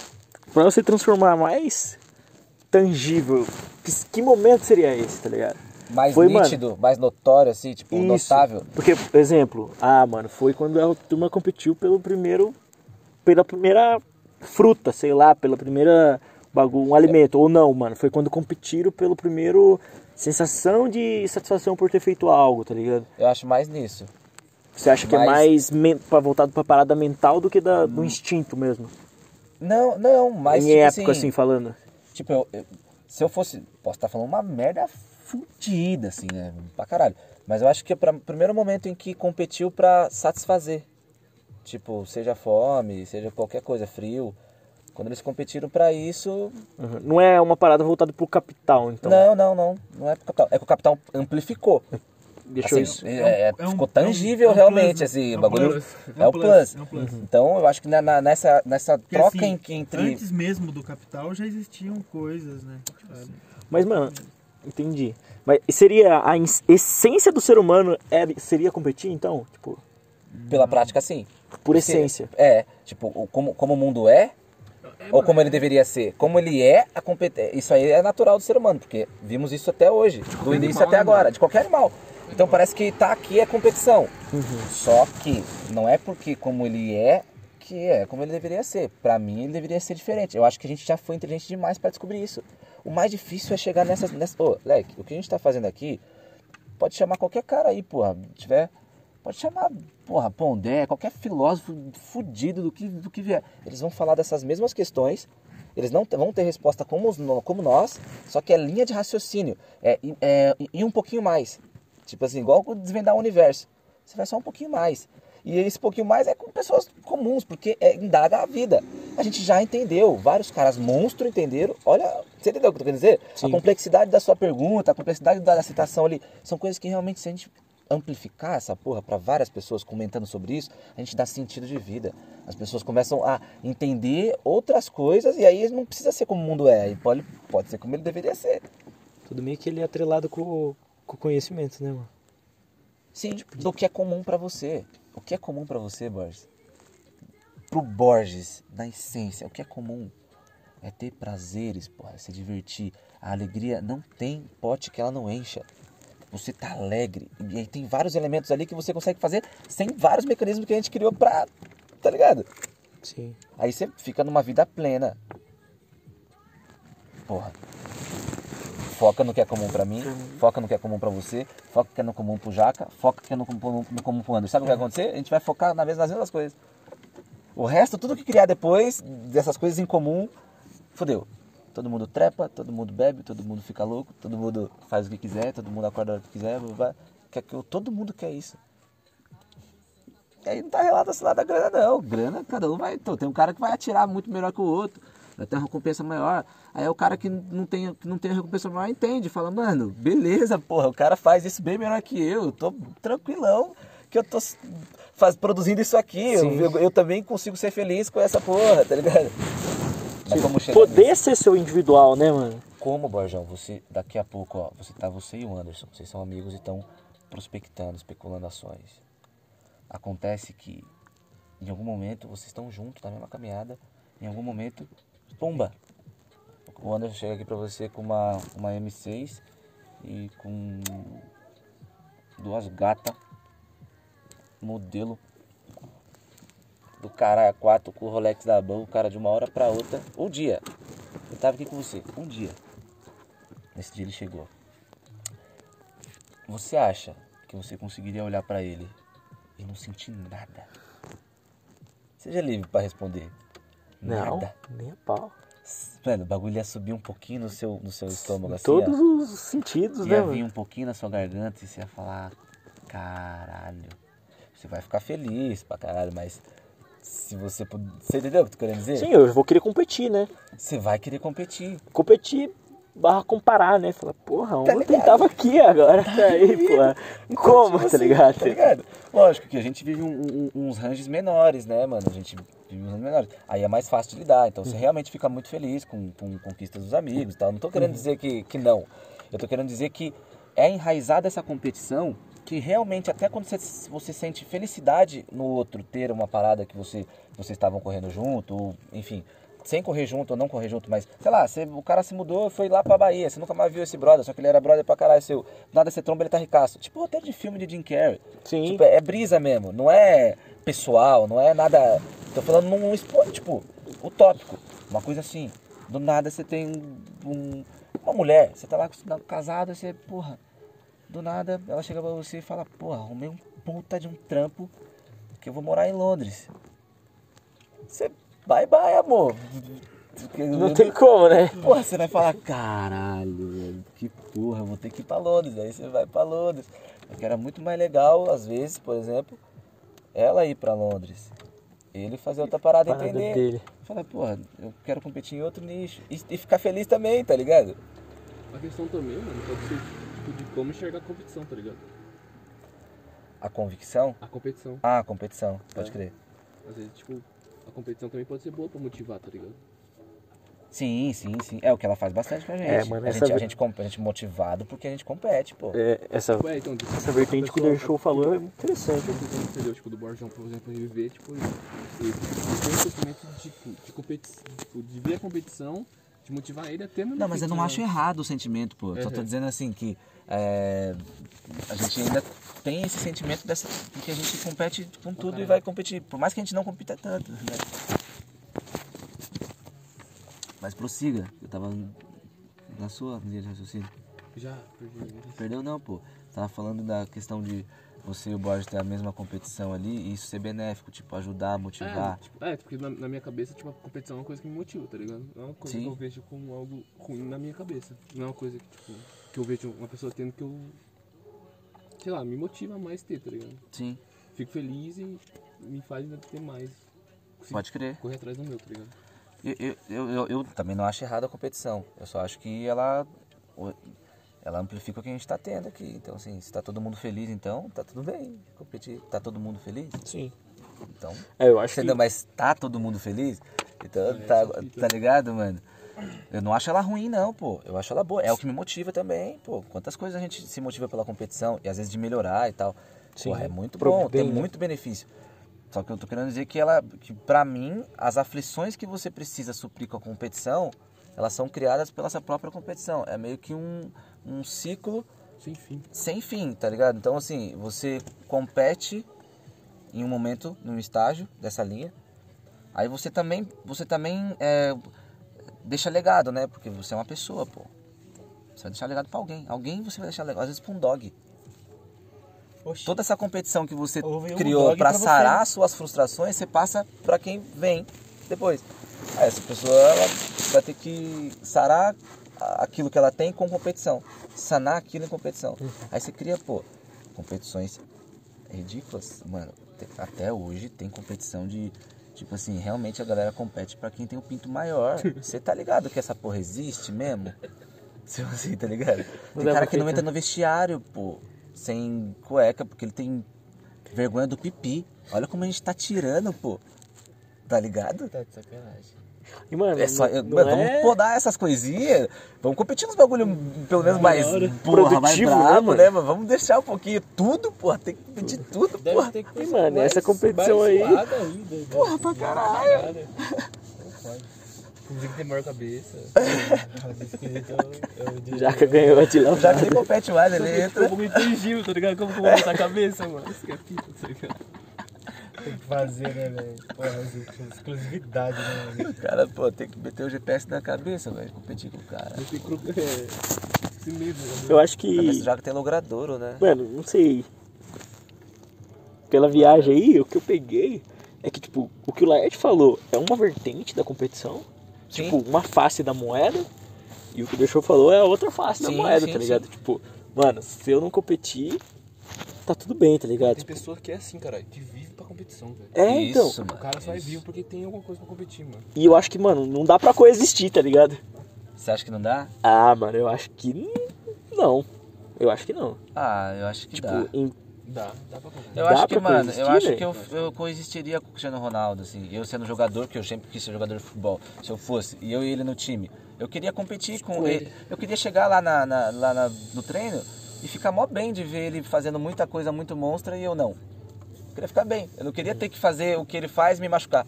pra você transformar mais tangível, que- que momento seria esse, tá ligado?
Mais
Foi, mano.
nítido, mais notório, assim, tipo, notável.
Porque, por exemplo, ah, mano, foi quando a turma competiu pelo primeiro. pela primeira fruta, sei lá, pela primeira bagulho, um alimento. Ou não, mano, foi quando competiram pelo primeiro sensação de satisfação por ter feito algo, tá ligado?
Eu acho mais nisso.
Você acha que é
Mas-
mais men- pra- voltado pra parada mental do que da- do instinto mesmo?
Não, não, mas
em
tipo
época, assim,
assim,
falando.
tipo, eu, eu- se eu fosse, posso estar falando uma merda fudida assim, né, pra caralho. Mas eu acho que é pra- o primeiro momento em que competiu pra satisfazer. Tipo, seja fome, seja qualquer coisa, frio. Quando eles competiram pra isso,
Uhum. Não é uma parada voltada pro capital, então.
não, não, não, não é pro capital, é que o capital amplificou.
Deixou
Assim,
isso.
é- é-
É um-
ficou
é um-
tangível
é um plus,
realmente,
né?
assim,
É um
o bagulho
plus,
é o plus.
é um plus.
Então eu acho que na- na- nessa, nessa
Porque,
troca
assim,
em que entre.
Antes mesmo do capital já existiam coisas, né? Tipo assim,
Mas, mano, entendi. Mas seria a ins- essência do ser humano era, seria competir, então? Tipo,
Pela prática, sim.
por
Porque-
essência.
É, tipo, o- como, como o mundo é, ou
é.
como ele deveria ser. Como ele é, a competência. Isso aí é natural do ser humano, porque vimos isso até hoje, do
qualquer
início
animal,
até
né,
agora,
mano?
de qualquer animal. Então parece que tá aqui é competição. Só que não é porque como ele é que é como ele deveria ser. Pra mim ele deveria ser diferente. Eu acho que a gente já foi inteligente demais pra descobrir isso. O mais difícil é chegar nessas, nessa, ô, Leque, o que a gente tá fazendo aqui pode chamar qualquer cara aí, porra. Tiver. Pode chamar, porra, Pondé, qualquer filósofo fudido do que, do que vier. Eles vão falar dessas mesmas questões. Eles não t- vão ter resposta como, os no- como nós, só que é linha de raciocínio. É, e- é, e- e um pouquinho mais. Tipo assim, igual com desvendar o universo. Você vai só um pouquinho mais. E esse pouquinho mais é com pessoas comuns, porque é, indaga a vida. A gente já entendeu. Vários caras monstro entenderam. Olha, você entendeu o que eu tô querendo dizer?
Sim.
A complexidade da sua pergunta, a complexidade da citação ali, são coisas que realmente, se a gente amplificar essa porra para várias pessoas comentando sobre isso, a gente dá sentido de vida. As pessoas começam a entender outras coisas e aí não precisa ser como o mundo é, e pode, pode ser como ele deveria ser.
Tudo meio que ele é atrelado com, o conhecimento, né, mano?
Sim, do que é comum pra você. O que é comum pra você, Borges? Pro Borges, na essência, o que é comum é ter prazeres, porra, é se divertir. A alegria não tem pote que ela não encha. Você tá alegre. E aí tem vários elementos ali que você consegue fazer sem vários mecanismos que a gente criou pra. Tá ligado?
Sim.
Aí você fica numa vida plena. Porra. Foca no que é comum pra mim, foca no que é comum pra você, foca no que é no comum pro Jaca, foca no que é no comum, no comum pro Anderson. Sabe o que vai acontecer? A gente vai focar na mesma, nas mesmas coisas. O resto, tudo que criar depois dessas coisas em comum, fodeu. Todo mundo trepa, todo mundo bebe, todo mundo fica louco, todo mundo faz o que quiser, todo mundo acorda a hora que quiser, blá, blá, blá. Quer que eu- todo mundo quer isso. E aí não tá relacionado à grana, não. Grana, cada um vai. Então, tem um cara que vai atirar muito melhor que o outro, vai ter uma recompensa maior. Aí é o cara que não tem, que não tem a recompensa maior entende, fala, mano, beleza, porra, o cara faz isso bem melhor que eu, eu tô tranquilão que eu tô s- faz, produzindo isso aqui. Eu, eu- eu também consigo ser feliz com essa porra, tá ligado? Mas como né? chegar nisso?
Poder ser seu individual, né, mano?
Como, Borjão, você, daqui a pouco, ó, você tá você e o Anderson, vocês são amigos e estão prospectando, especulando ações. Acontece que em algum momento vocês estão juntos na mesma caminhada, em algum momento, pomba! O Anderson chega aqui pra você com uma, uma M6 e com duas gatas, modelo do caralho, a quatro com o Rolex da mão, o cara de uma hora pra outra, um dia. Eu tava aqui com você, um dia. Nesse dia ele chegou. Você acha que você conseguiria olhar pra ele e não sentir nada? Seja livre pra responder. Nada.
Não, nem a pau.
Mano, o bagulho ia subir um pouquinho no seu, no seu estômago, assim, ó.
Todos os sentidos, né,
Ia vir
mano?
um pouquinho na sua garganta e você ia falar, caralho. Você vai ficar feliz pra caralho, mas Se você puder. Você entendeu o que eu tô querendo dizer?
Sim, eu vou querer competir, né?
Você vai querer competir.
Competir barra comparar, né? Falar, porra, ontem tava aqui agora, tá aí, pô. Como,
Tipo
tá
assim,
ligado?
Tá ligado? Lógico que a gente vive um- um- uns ranges menores, né, mano? A gente vive uns ranges menores. Aí é mais fácil de lidar. Então você realmente fica muito feliz com, com conquistas dos amigos e tal. Não tô querendo dizer que, que não. Eu tô querendo dizer que é enraizada essa competição que realmente, até quando você, você sente felicidade no outro ter uma parada que você, vocês estavam correndo junto, ou, enfim, sem correr junto ou não correr junto, mas sei lá, você- o cara se mudou, foi lá pra Bahia, você nunca mais viu esse brother, só que ele era brother pra caralho seu. Nada você tromba, ele tá ricaço. Tipo roteiro de filme de Jim Carrey.
Sim.
Tipo, é brisa mesmo, não é pessoal, não é nada. Tô falando num esporte, tipo, utópico. Uma coisa assim, do nada você tem um- uma mulher, você tá lá com- casado, você, porra, do nada ela chega pra você e fala, porra, arrumei um puta de um trampo que eu vou morar em Londres. Você. Bye bye, amor. é
Não tem como, né?
Porra, você vai falar, caralho, velho, que porra, eu vou ter que ir pra Londres. Aí você vai pra Londres. Porque era muito mais legal, às vezes, por exemplo, ela ir pra Londres. Ele fazer outra parada,
Parada
entender.
dele.
Fala, porra, eu quero competir em outro nicho. E, e ficar feliz também, tá ligado?
A questão também, mano, pode ser tipo de como enxergar a competição, tá ligado?
A convicção?
A competição.
Ah, a competição, pode
É.
crer.
Às vezes, tipo, a competição também pode ser boa pra motivar, tá ligado?
Sim, sim, sim. É o que ela faz bastante com a gente.
É, mano,
a,
essa
gente a,
vez-
gente, com- a gente motivado porque a gente compete, pô.
É, essa,
Ué, então, tipo,
essa vertente que o
pessoa-
The Show falou é interessante.
Tipo, como você deu, tipo, do Borjão, por exemplo, ele vê, tipo, ele, ele tem o sentimento de, de competição, tipo, de ver a competição, de motivar ele a ter mesmo
Não, mas eu não acho errado o sentimento, pô. Eu Só tô
Uhum.
dizendo assim que é, a gente ainda tem esse sentimento dessa. Porque a gente compete com tudo e vai competir. Por mais que a gente não compita tanto, né? Mas prossiga. Eu tava na sua linha de raciocínio.
Já, perdi. né?
Perdeu não, pô. Tava falando da questão de você e o Borges ter a mesma competição ali e isso ser benéfico, tipo, ajudar,
É,
motivar.
tipo, é, porque na, na minha cabeça, tipo, a competição é uma coisa que me motiva, tá ligado? Não é uma coisa
Sim.
que eu vejo como algo ruim na minha cabeça. Não é uma coisa que, tipo, que eu vejo uma pessoa tendo que eu, sei lá, me motiva a mais ter, tá ligado?
Sim,
Fico feliz e me faz ainda ter mais. Conseguir
pode crer.
Correr atrás do meu, tá ligado?
Eu, eu- eu, eu, eu também não acho errada a competição. Eu só acho que ela, o- ela amplifica o que a gente está tendo aqui. Então, assim, se tá todo mundo feliz, então tá tudo bem. Competir. Tá todo mundo feliz?
Sim.
Então.
É, eu acho que...
Entendeu? Mas tá todo mundo feliz? Então,
É,
tá,
essa fita.
tá ligado, mano? Eu não acho ela ruim, não, pô. Eu acho ela boa. É o que me motiva também, pô. Quantas coisas a gente se motiva pela competição e às vezes de melhorar e tal.
Sim,
Pô, é muito
pro
bom, tem
bem, né?
muito benefício. Só que eu tô querendo dizer que ela, que pra mim, as aflições que você precisa suprir com a competição, elas são criadas pela sua própria competição. É meio que um, um ciclo
Sem fim.
sem fim, tá ligado? Então, assim, você compete em um momento, num estágio dessa linha. Aí você também, você também é, deixa legado, né? Porque você é uma pessoa, pô. Você vai deixar legado pra alguém. Alguém você vai deixar legado, às vezes pra um dog.
Oxi.
Toda essa competição que você
Houve um
criou
dog
pra
pra você.
sarar suas frustrações, você passa pra quem vem depois. Aí essa pessoa ela vai ter que sarar a- aquilo que ela tem com competição, sanar aquilo em competição. Aí você cria, pô, competições ridículas, mano. te- Até hoje tem competição de tipo assim, realmente a galera compete pra quem tem o pinto maior. Você tá ligado que essa porra existe mesmo? Você assim, tá ligado?
Não
Tem
dá
cara
pra
que não
aceitar.
entra no vestiário, pô, sem cueca, porque ele tem vergonha do pipi. Olha como a gente tá tirando, pô. Tá ligado?
Tá de sacanagem.
E, mano,
É só,
não-
eu-
não
mano,
é-
vamos podar essas coisinhas. Vamos competir nos bagulho, pelo menos mais
hora.
porra, mais
Produtivo, né,
brabo,
mano?
né, mano? Vamos deixar um pouquinho tudo, porra. Tem que competir tudo, porra.
ter que
E, mano, essa competição aí...
né?
Porra, pra caralho.
Inclusive tem maior cabeça. então, é um
Jaca ganhou a de lá.
Já que ele compete mais, né, ele entra.
Como intangível, tá ligado? Como que eu vou botar a cabeça, mano?
Isso que é fita, tá ligado?
Tem que fazer, né, velho? Porra, exclusividade, né, velho?
Cara, pô, tem que meter o GPS na cabeça, velho. Competir com o cara.
Tem cru... É... Esse medo, né?
Eu acho
Pra ver
que...
se joga tem logradouro, né?
Mano, não sei. Pela viagem aí, o que eu peguei é que, tipo, o que o Laerte falou é uma vertente da competição.
Sim.
Tipo, uma face da moeda. E o que o Deixou falou é a outra face da
Sim,
moeda,
sim,
tá ligado? Tipo, mano, se eu não competir, tá tudo bem, tá ligado?
Tem pessoa que é assim, cara, que vive pra competição, velho.
É, então.
Isso, mano.
O cara só é
isso.
vivo porque tem alguma coisa pra competir, mano.
E eu acho que, mano, não dá pra coexistir, tá ligado?
Você acha que não dá?
Ah, mano, eu acho que n- não. Eu acho que não.
Ah, eu acho que
Tipo,
dá.
em-
Dá, dá pra comprar.
Eu
dá
acho que,
pra
mano, eu
coexistir, né?
acho
velho?
que eu, eu coexistiria com o Cristiano Ronaldo, assim. Eu sendo jogador, que eu sempre quis ser jogador de futebol, se eu fosse, e eu e ele no time. Eu queria competir
Tipo
com ele. Eu queria chegar lá, na, na- lá na- no treino e ficar mó bem de ver ele fazendo muita coisa muito monstra e eu não. Eu queria ficar bem. Eu não queria ter que fazer o que ele faz e me machucar.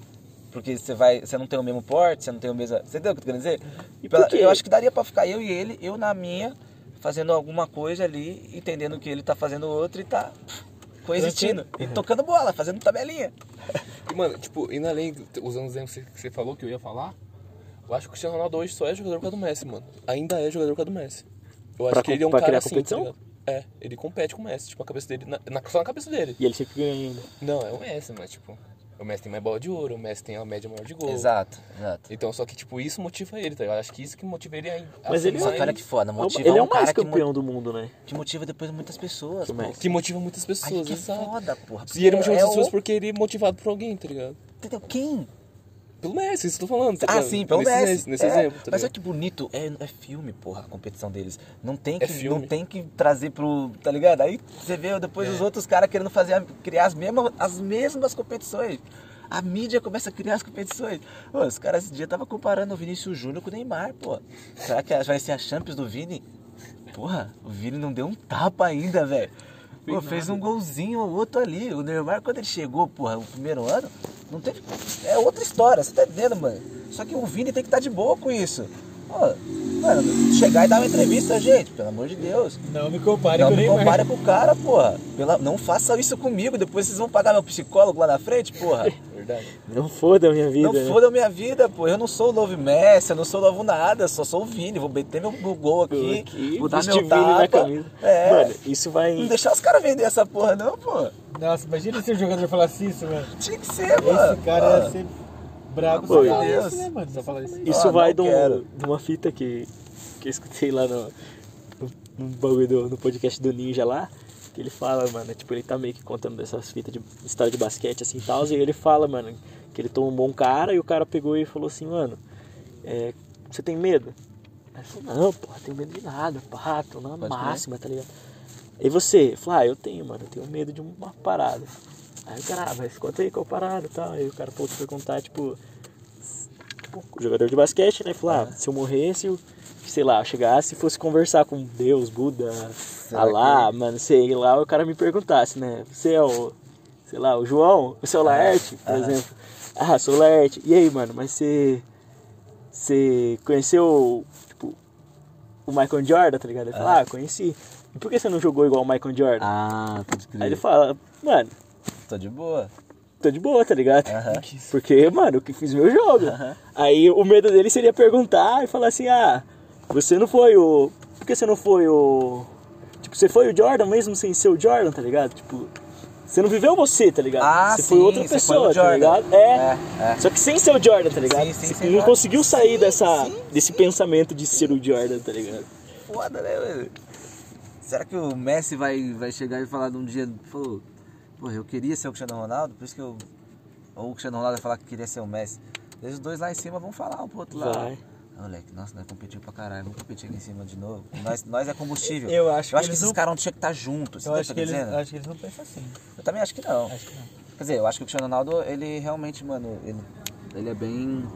Porque você vai. Você não tem o mesmo porte, você não tem o mesmo. Você entendeu o que eu tô querendo dizer?
E
Pela-
por quê?
Eu acho que daria pra ficar eu e ele, eu na minha, fazendo alguma coisa ali, entendendo que ele tá fazendo outra e tá coexistindo. E tocando bola, fazendo tabelinha.
E, mano, tipo, indo além, usando os exemplos que você falou que eu ia falar, eu acho que o Cristiano Ronaldo hoje só é jogador por causa do Messi, mano. Ainda é jogador por causa do Messi. Eu acho
Pra
que
com-
ele é um
pra
cara
criar
assim,
competição?
tá ligado? é, ele compete com o Messi, tipo, a cabeça dele, na, na- só na cabeça dele.
E ele sempre ganha ainda.
Não, é o Messi, mas tipo, o Messi tem mais bola de ouro, o Messi tem a média maior de gol.
Exato, exato.
Então, só que, tipo, isso motiva ele, tá ligado? Acho que isso que motiva ele ainda.
Mas ele-
Nossa, cara que foda,
É o-
motiva
Ele é
um
o mais
cara que, mo-
campeão do mundo, né?
que motiva depois muitas pessoas,
Que
pô.
mais?
Que motiva muitas
Aí
pessoas,
que é
exato.
foda, porra.
E ele motiva
É
muitas
o-
pessoas porque ele é motivado por alguém, tá ligado?
Entendeu? Quem?
Pelo Messi, isso que eu tô falando, tá
Ah,
ligado?
sim, pelo
nesse,
Messi.
Nesse, nesse
É,
exemplo, tá
Mas olha
ligado?
que bonito. É, é filme, porra, a competição deles. Não tem, que,
É filme. É.
não tem que trazer pro. Tá ligado? Aí você vê depois os outros caras querendo fazer, a- criar as mesmas, as mesmas competições. A mídia começa a criar as competições. Ô, os caras esse dia tava comparando o Vinícius Júnior com o Neymar, pô. Será que vai ser a Champions do Vini? Porra, o Vini não deu um tapa ainda, velho. Pô, fez um golzinho ou outro ali. O Neymar, quando ele chegou, porra, o primeiro ano, não teve. É outra história, você tá entendendo, mano? Só que o Vini tem que estar de boa com isso. Ó, mano, chegar e dar uma entrevista, gente, pelo amor de Deus.
Não me compare
Não
com o
me
Neymar.
compara com o cara, porra. Pela- Não faça isso comigo, depois vocês vão pagar meu psicólogo lá na frente, porra.
Verdade.
Não foda a minha vida.
Não
né?
foda a minha vida, pô. Eu não sou o novo Messi, eu não sou o novo nada, eu só sou o Vini. Vou meter meu meu gol aqui,
Aqui,
vou dar
vestir
meu
Vini na
tapa.
camisa.
É.
Mano, isso vai.
Não deixar os caras vender essa porra, não, pô.
Nossa, imagina se o jogador falasse isso, mano.
Tinha que ser, mano.
Esse cara é ia ser brabo
Pô,
só falar
Deus.
isso, né, mano? Só falar isso.
Isso
Ah,
vai
não
de, um-
quero.
de uma fita que, que eu escutei lá no, no, no bagulho do- no podcast do Ninja lá. Que ele fala, mano, tipo, ele tá meio que contando essas fitas de história de basquete assim e tal. E ele fala, mano, que ele tomou um cara e o cara pegou e falou assim, mano, é, você tem medo? Aí ele falou, não, porra, tenho medo de nada, pá, tô na
crer.
máxima, tá ligado? E você? Ele falou, ah, eu tenho, mano, eu tenho medo de uma parada. Aí o cara, ah, mas conta aí qual parada e tal. Aí o cara falou que foi contar, tipo, tipo, o jogador de basquete, né? Falou, ah, se eu morresse, eu, sei lá, eu chegasse e fosse conversar com Deus, Buda, Alá, mano, sei lá, o cara me perguntasse, né? Você é o, sei lá, o João? Você é o Laerte, por exemplo? Ah, sou o Laerte. E aí, mano, mas você... Você conheceu, tipo, o Michael Jordan, tá ligado? Ele fala, ah, conheci. E por que você não jogou igual o Michael Jordan?
Ah, pode
Aí ele fala, mano,
Tô "Tá de boa.
tô de boa, tá ligado?
Aham.
Porque, mano, eu que fiz meu jogo. Aí o medo dele seria perguntar e falar assim, ah, você não foi o. Por que você não foi o. Tipo, você foi o Jordan mesmo sem ser o Jordan, tá ligado? Tipo. Você não viveu você, tá ligado?
Ah,
você foi
sim,
outra
você foi
pessoa,
o
tá
Jordan.
ligado?
É, é.
Só que sem ser o Jordan, tá ligado?
Sim, sim,
você
sem
não
Jordan.
conseguiu sair dessa,
sim,
desse pensamento de ser o Jordan, tá ligado?
Foda, né, mano? Será que o Messi vai, vai chegar e falar de um dia, pô, porra, eu queria ser o Cristiano Ronaldo, por isso que eu. Ou o Cristiano Ronaldo vai falar que queria ser o Messi. Daí os dois lá em cima vão falar um pro outro lá.
Vai.
Ah, moleque, nossa, nós competimos pra caralho, vamos competir aqui em cima de novo. Nós, nós é combustível.
Eu acho
eu
que
acho que
eles
esses
não-
caras não tinham que estar juntos, você
Eu
tá
acho que, eles,
entendendo?
acho que eles não pensam assim.
Eu também acho que não.
Acho que não.
Quer dizer, eu acho que o Cristiano Ronaldo, ele realmente, mano, ele, ele é bem.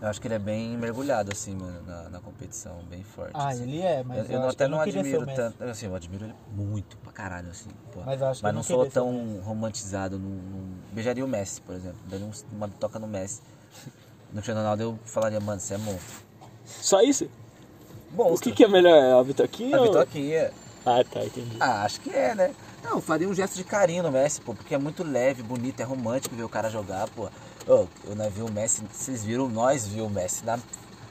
Eu acho que ele é bem mergulhado, assim, mano, na, na competição, bem forte.
Ah,
assim.
ele é, mas
Eu,
eu,
eu não-
acho que
até
eu
não,
queria ser o
admiro
Messi.
tanto. Assim, eu admiro ele muito pra caralho, assim. pô.
Mas eu acho que eu
não,
não
sou
queria ser o
tão romantizado. Não, não- Beijaria o Messi, por exemplo. Daria uns- uma toca no Messi. No Cristiano Ronaldo eu falaria, mano, você é monstro.
Só isso?
Monstro.
O que, que é melhor? A Vitoquinha?
A
ou-
Vitoquinha.
Ah, tá, entendi.
Ah, acho que é, né? Não, eu faria um gesto de carinho no Messi, pô, porque é muito leve, bonito, é romântico ver o cara jogar, pô. Ô, eu não vi o Messi, vocês viram, nós viu o Messi na-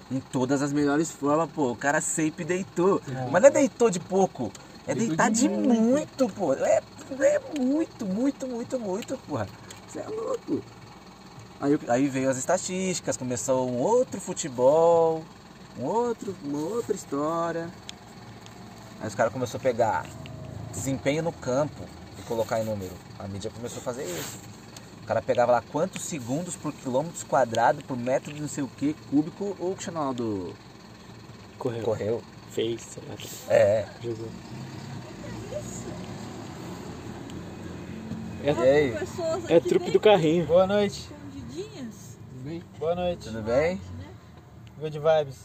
em todas as melhores formas, pô. O cara sempre deitou. Mas não é deitou de pouco, é
Deitou
deitar
de
de muito, pô. É, é muito, muito, muito, muito, porra. Você é louco. Aí, aí veio as estatísticas, começou um outro futebol, um outro, uma outra história. Aí os caras começaram a pegar desempenho no campo e colocar em número. A mídia começou a fazer isso. O cara pegava lá quantos segundos por quilômetro quadrado, por metro de não sei o que, cúbico, o Cristiano Ronaldo
Correu.
correu.
Fez, sei lá,
É.
jogou.
Olha,
aí?
pessoas
É
aqui
truque
bem
do carrinho.
Boa noite.
escondidinhas,
Tudo bem?
Boa noite.
Tudo bem?
né?
Good vibes.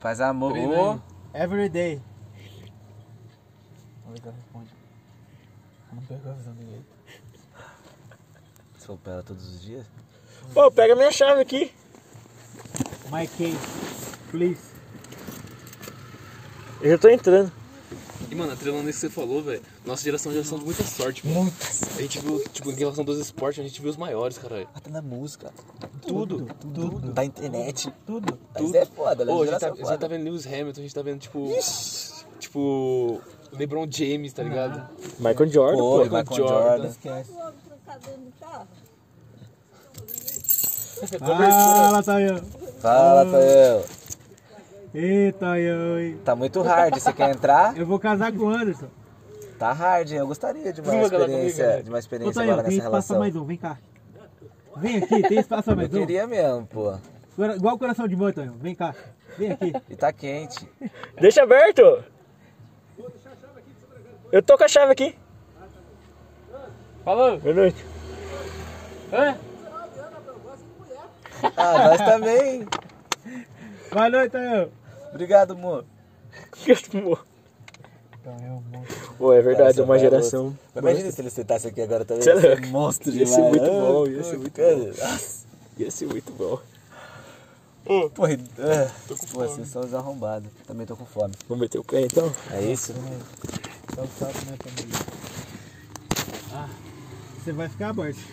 Faz amor.
Treinando.
Every day. Vamos ver se ela responde. Eu não pegou a visão dele.
Você falou pra ela todos os dias?
Pô, pega minha chave aqui.
My case, please.
Eu já tô entrando.
E, mano, atrelando isso que você falou, velho, nossa geração é uma geração de muita sorte, mano.
Muitas.
A gente viu, tipo, em relação dos esportes, a gente viu os maiores, caralho.
Até na Tá música.
Tudo, tudo, tudo.
Da internet.
Tudo.
Isso é foda, né?
Pô, a gente, tá,
Geração
a
foda.
gente tá vendo Lewis Hamilton, a gente tá vendo, tipo. Tipo. LeBron James, tá ligado?
Michael Jordan,
Pô,
pô.
e Michael
Jordan.
Jordan.
Esquece.
O homem trancar dentro do carro.
Ah, lá tá eu.
Fala, Tael.
Eita, eu, hein.
Tá muito hard. Você quer entrar?
Eu vou casar com o Anderson.
Tá hard, hein? Eu gostaria de uma
Vem jogar lá
experiência,
comigo, né?
de uma
Ô,
experiência
Tayo,
agora
tem
nessa
espaço pra
relação.
mais um, vem cá. Vem aqui, tem espaço pra
Eu
mais um.
queria mesmo, pô.
Cora- Igual o coração de mãe, Tonho. Vem cá. Vem aqui.
E tá quente.
Deixa aberto. Eu tô com a chave aqui.
Falou!
Boa noite.
Ah, nós também.
Boa noite, Tonho.
Obrigado, amor.
Pô, é verdade,
Cara,
é uma
essa
geração.
Mas Imagina se ele sentasse aqui agora também.
Cê é
Ia ser
louco.
monstro
Ia ser muito bom, ia ser muito
bom.
Ia ser muito bom.
Porra, ah, pô, vocês são os arrombados. Também tô com fome.
Vamos meter o pé então?
É isso?
Você vai ficar aborto.